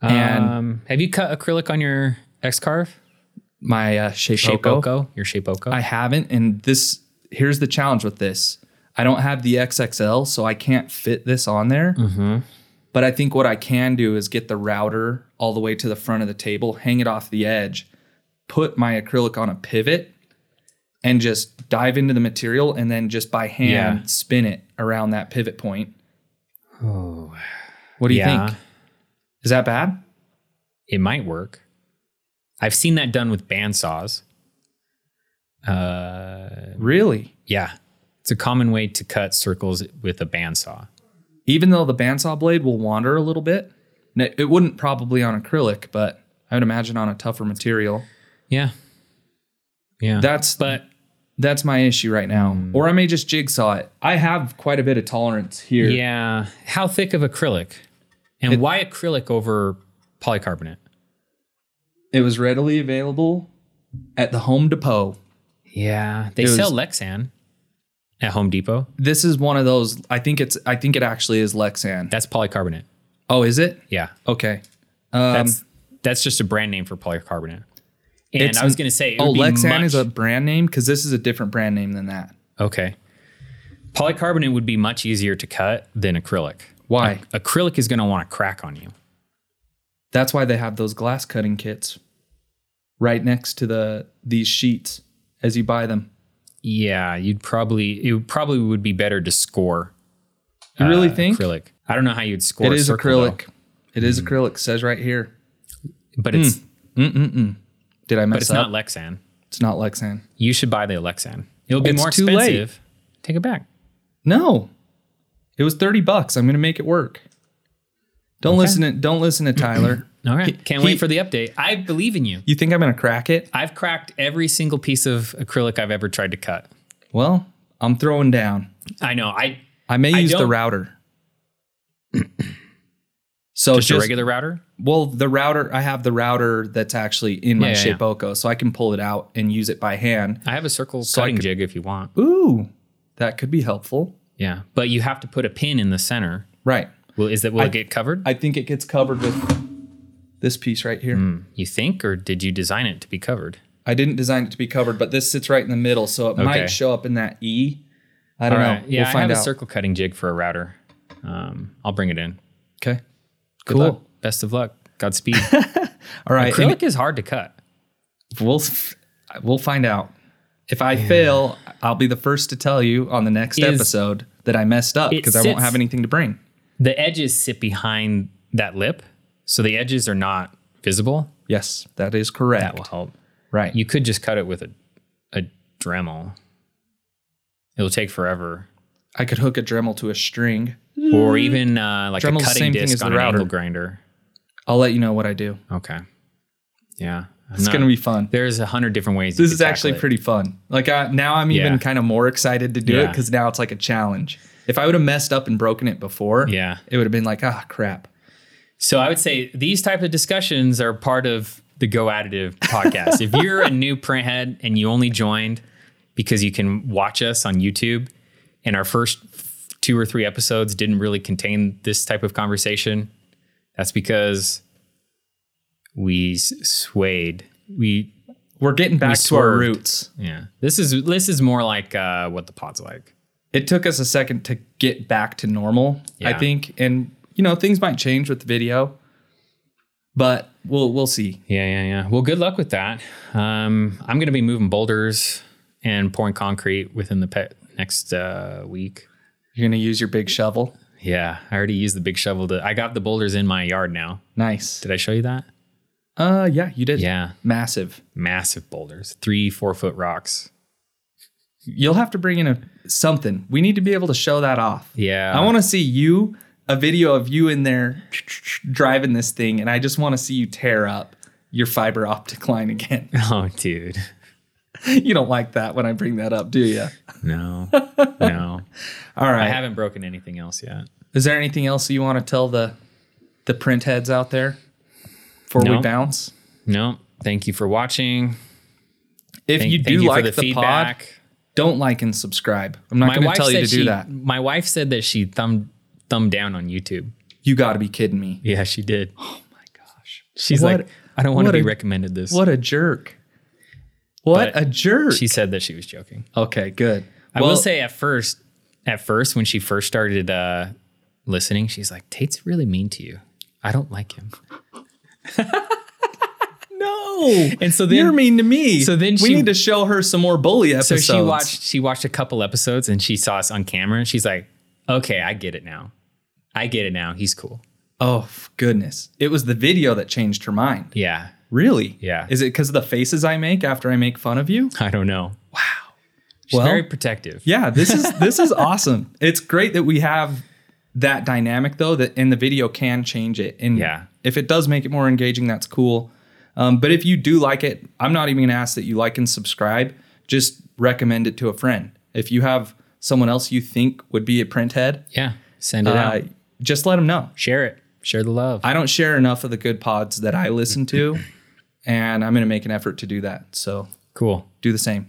[SPEAKER 1] And
[SPEAKER 4] um, have you cut acrylic on your X carve?
[SPEAKER 1] my uh, Shapeoko.
[SPEAKER 4] Shapeoko, your Shapeoko.
[SPEAKER 1] I haven't, and this here's the challenge with this. I don't have the XXL, so I can't fit this on there.
[SPEAKER 4] Mm-hmm.
[SPEAKER 1] But I think what I can do is get the router all the way to the front of the table, hang it off the edge, put my acrylic on a pivot, and just dive into the material, and then just by hand
[SPEAKER 4] Yeah.
[SPEAKER 1] spin it around that pivot point. What do you
[SPEAKER 4] Oh. Yeah.
[SPEAKER 1] think? Is that bad?
[SPEAKER 4] it might work. I've seen that done with bandsaws. Uh,
[SPEAKER 1] Really?
[SPEAKER 4] yeah, it's a common way to cut circles with a bandsaw.
[SPEAKER 1] even though the bandsaw blade will wander a little bit, and it it wouldn't probably on acrylic, but I would imagine on a tougher material.
[SPEAKER 4] Yeah. Yeah.
[SPEAKER 1] That's
[SPEAKER 4] but Mm.
[SPEAKER 1] that's my issue right now. Or I may just jigsaw it. I have quite a bit of tolerance here.
[SPEAKER 4] yeah. How thick of acrylic? And why acrylic over polycarbonate?
[SPEAKER 1] It was readily available at the Home Depot.
[SPEAKER 4] Yeah. They
[SPEAKER 1] It was-
[SPEAKER 4] sell Lexan at Home Depot.
[SPEAKER 1] This is one of those. I think it's. I think it actually is Lexan.
[SPEAKER 4] That's polycarbonate.
[SPEAKER 1] Oh, is it?
[SPEAKER 4] Yeah.
[SPEAKER 1] Okay. Um,
[SPEAKER 4] That's that's just a brand name for polycarbonate. And
[SPEAKER 1] It's-
[SPEAKER 4] I was going to say, it
[SPEAKER 1] oh,
[SPEAKER 4] would be
[SPEAKER 1] Lexan is a
[SPEAKER 4] much-
[SPEAKER 1] brand name because this is a different brand name than that.
[SPEAKER 4] okay. Polycarbonate would be much easier to cut than acrylic.
[SPEAKER 1] Why?
[SPEAKER 4] Acrylic is going to want to crack on you.
[SPEAKER 1] That's why they have those glass cutting kits right next to the these sheets as you buy them.
[SPEAKER 4] Yeah, you'd probably it would probably would be better to score.
[SPEAKER 1] You really
[SPEAKER 4] uh,
[SPEAKER 1] think
[SPEAKER 4] acrylic? I don't know how you'd score.
[SPEAKER 1] it
[SPEAKER 4] a
[SPEAKER 1] is
[SPEAKER 4] circle, Mm-hmm. though.
[SPEAKER 1] acrylic? It is acrylic. Says right here.
[SPEAKER 4] but it's
[SPEAKER 1] Did I mess
[SPEAKER 4] but it's
[SPEAKER 1] Hmm. up?
[SPEAKER 4] not Lexan.
[SPEAKER 1] it's not Lexan.
[SPEAKER 4] You should buy the Lexan. It'll be
[SPEAKER 1] It's
[SPEAKER 4] more
[SPEAKER 1] too
[SPEAKER 4] expensive.
[SPEAKER 1] late.
[SPEAKER 4] Take it back.
[SPEAKER 1] No, it was thirty bucks. I'm gonna make it work. Don't listen to don't listen to
[SPEAKER 4] *clears throat*
[SPEAKER 1] Tyler.
[SPEAKER 4] All right.
[SPEAKER 1] He-
[SPEAKER 4] Can't
[SPEAKER 1] he-
[SPEAKER 4] wait for the update. I believe in you.
[SPEAKER 1] You think I'm gonna crack it?
[SPEAKER 4] I've cracked every single piece of acrylic I've ever tried to cut.
[SPEAKER 1] Well, I'm throwing down.
[SPEAKER 4] I know. I
[SPEAKER 1] I may
[SPEAKER 4] I
[SPEAKER 1] use the
[SPEAKER 4] don't- *clears throat*
[SPEAKER 1] router. so
[SPEAKER 4] just,
[SPEAKER 1] Oh, just
[SPEAKER 4] a regular router.
[SPEAKER 1] well, the router I have the router that's actually in my
[SPEAKER 4] Yeah, yeah, yeah.
[SPEAKER 1] Shapeoko, so I can pull it out and use it by hand.
[SPEAKER 4] I have a circle
[SPEAKER 1] So I
[SPEAKER 4] cutting
[SPEAKER 1] could-
[SPEAKER 4] jig if you want.
[SPEAKER 1] Ooh, that could be helpful.
[SPEAKER 4] Yeah, but you have to put a pin in the center.
[SPEAKER 1] Right.
[SPEAKER 4] Will is that will
[SPEAKER 1] I-
[SPEAKER 4] it get covered?
[SPEAKER 1] I think it gets covered with this piece right here.
[SPEAKER 4] you think, or did you design it to be covered?
[SPEAKER 1] I didn't design it to be covered, but this sits right in the middle, so it
[SPEAKER 4] Okay.
[SPEAKER 1] might show up in that E. I
[SPEAKER 4] All
[SPEAKER 1] don't know.
[SPEAKER 4] right. Yeah,
[SPEAKER 1] we'll find
[SPEAKER 4] I have
[SPEAKER 1] out.
[SPEAKER 4] a circle cutting jig for a router. Um, I'll bring it in.
[SPEAKER 1] Okay.
[SPEAKER 4] Good
[SPEAKER 1] Cool.
[SPEAKER 4] luck. Best of luck.
[SPEAKER 1] *laughs*
[SPEAKER 4] Godspeed.
[SPEAKER 1] All right.
[SPEAKER 4] Acrylic is hard to cut.
[SPEAKER 1] We'll f- we'll find out. If I fail, I'll be the first to tell you on the next
[SPEAKER 4] Is-
[SPEAKER 1] episode that I messed up
[SPEAKER 4] It
[SPEAKER 1] because I won't
[SPEAKER 4] sits-
[SPEAKER 1] have anything to bring.
[SPEAKER 4] The edges sit behind that lip, so the edges are not visible.
[SPEAKER 1] Yes, that is correct.
[SPEAKER 4] That will help.
[SPEAKER 1] Right.
[SPEAKER 4] You could just cut it with a a Dremel. It'll take forever,
[SPEAKER 1] I could hook a Dremel to a string.
[SPEAKER 4] or even uh, like Dremel's a
[SPEAKER 1] the
[SPEAKER 4] cutting
[SPEAKER 1] Mm. same thing
[SPEAKER 4] disc
[SPEAKER 1] as the
[SPEAKER 4] on an
[SPEAKER 1] router.
[SPEAKER 4] angle grinder.
[SPEAKER 1] I'll let you know what I do.
[SPEAKER 4] Okay. Yeah.
[SPEAKER 1] It's going to be fun.
[SPEAKER 4] There's a hundred different ways. you
[SPEAKER 1] This
[SPEAKER 4] could
[SPEAKER 1] is actually
[SPEAKER 4] tackle it.
[SPEAKER 1] pretty fun. Like I, now, I'm even
[SPEAKER 4] Yeah.
[SPEAKER 1] kind of more excited to do it
[SPEAKER 4] Yeah.
[SPEAKER 1] because now it's like a challenge. If I would have messed up and broken it before,
[SPEAKER 4] Yeah.
[SPEAKER 1] it would have been like, ah, crap.
[SPEAKER 4] So I would say these type of discussions are part of the Go Additive podcast. if you're a new printhead and you only joined because you can watch us on YouTube, and our first two or three episodes didn't really contain this type of conversation, that's because we s- swayed. We
[SPEAKER 1] We're getting back to our
[SPEAKER 4] swerved.
[SPEAKER 1] roots.
[SPEAKER 4] yeah. This is this is more like uh, what the pod's like.
[SPEAKER 1] it took us a second to get back to normal, I
[SPEAKER 4] Yeah.
[SPEAKER 1] think. And you know, things might change with the video, but we'll we'll see.
[SPEAKER 4] Yeah, yeah, yeah. Well, good luck with that. Um, I'm going to be moving boulders and pouring concrete within the pe- next uh, week.
[SPEAKER 1] You're gonna use your big shovel.
[SPEAKER 4] Yeah, I already used the big shovel to. I got the boulders in my yard now.
[SPEAKER 1] Nice.
[SPEAKER 4] Did I show you that?
[SPEAKER 1] Uh, yeah, you did.
[SPEAKER 4] Yeah,
[SPEAKER 1] massive.
[SPEAKER 4] massive boulders, three, four foot rocks.
[SPEAKER 1] You'll have to bring in a something. We need to be able to show that off.
[SPEAKER 4] Yeah,
[SPEAKER 1] I want to see you a video of you in there driving this thing, and I just want to see you tear up your fiber optic line
[SPEAKER 4] *laughs*
[SPEAKER 1] again. *laughs*
[SPEAKER 4] to. *laughs* Oh, dude,
[SPEAKER 1] you don't like that when I bring that up, do you?
[SPEAKER 4] *laughs* no, no.
[SPEAKER 1] All right.
[SPEAKER 4] I haven't broken anything else yet.
[SPEAKER 1] Is there anything else you want to tell the the print heads out there before we
[SPEAKER 4] No.
[SPEAKER 1] bounce?
[SPEAKER 4] No, thank you for watching.
[SPEAKER 1] If
[SPEAKER 4] Thank
[SPEAKER 1] you
[SPEAKER 4] thank
[SPEAKER 1] do like the,
[SPEAKER 4] feedback.
[SPEAKER 1] pod, don't like and subscribe. I'm not going to tell you
[SPEAKER 4] said
[SPEAKER 1] to do
[SPEAKER 4] she,
[SPEAKER 1] that.
[SPEAKER 4] My wife said that she thumbed thumbed down on YouTube.
[SPEAKER 1] You got to be kidding me.
[SPEAKER 4] Yeah, she did. Oh my gosh. She's
[SPEAKER 1] What-
[SPEAKER 4] like, I don't want to
[SPEAKER 1] what
[SPEAKER 4] be
[SPEAKER 1] a-
[SPEAKER 4] recommended this.
[SPEAKER 1] What a jerk. What
[SPEAKER 4] But
[SPEAKER 1] a jerk.
[SPEAKER 4] She said that she was joking.
[SPEAKER 1] okay, good.
[SPEAKER 4] I will say at first, at first when she first started uh, listening, she's like, Tate's really mean to you. I don't like him.
[SPEAKER 1] no.
[SPEAKER 4] And so then-
[SPEAKER 1] you're mean to me.
[SPEAKER 4] so then
[SPEAKER 1] we
[SPEAKER 4] she-
[SPEAKER 1] need to show her some more bully
[SPEAKER 4] So
[SPEAKER 1] episodes.
[SPEAKER 4] she watched she watched a couple episodes and she saw us on camera and she's like, Okay, I get it now. I get it now. He's cool.
[SPEAKER 1] Oh f- goodness! It was the video that changed her mind.
[SPEAKER 4] Yeah. *laughs*
[SPEAKER 1] Really?
[SPEAKER 4] Yeah.
[SPEAKER 1] Is it because of the faces I make after I make fun of you?
[SPEAKER 4] I don't know. Wow. She's
[SPEAKER 1] Well-
[SPEAKER 4] very protective.
[SPEAKER 1] Yeah, this is this is awesome. It's great that we have that dynamic though that in the video can change it and
[SPEAKER 4] Yeah.
[SPEAKER 1] if it does make it more engaging that's cool um, but if you do like it i'm not even gonna ask that you like and subscribe just recommend it to a friend if you have someone else you think would be a printhead
[SPEAKER 4] Yeah. Send it
[SPEAKER 1] uh,
[SPEAKER 4] out.
[SPEAKER 1] just let them know
[SPEAKER 4] Share it. Share the love.
[SPEAKER 1] i don't share enough of the good pods that i listen
[SPEAKER 4] *laughs*
[SPEAKER 1] to and i'm gonna make an effort to do that so
[SPEAKER 4] cool.
[SPEAKER 1] do the same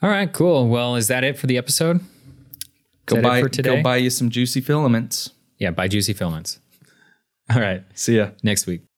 [SPEAKER 4] All right. Cool. Well, is that it for the episode?
[SPEAKER 1] go
[SPEAKER 4] that it
[SPEAKER 1] buy,
[SPEAKER 4] for today?
[SPEAKER 1] go buy you some juicy filaments
[SPEAKER 4] Yeah. Buy Juicy Filaments. *laughs* All right.
[SPEAKER 1] see ya
[SPEAKER 4] Next week.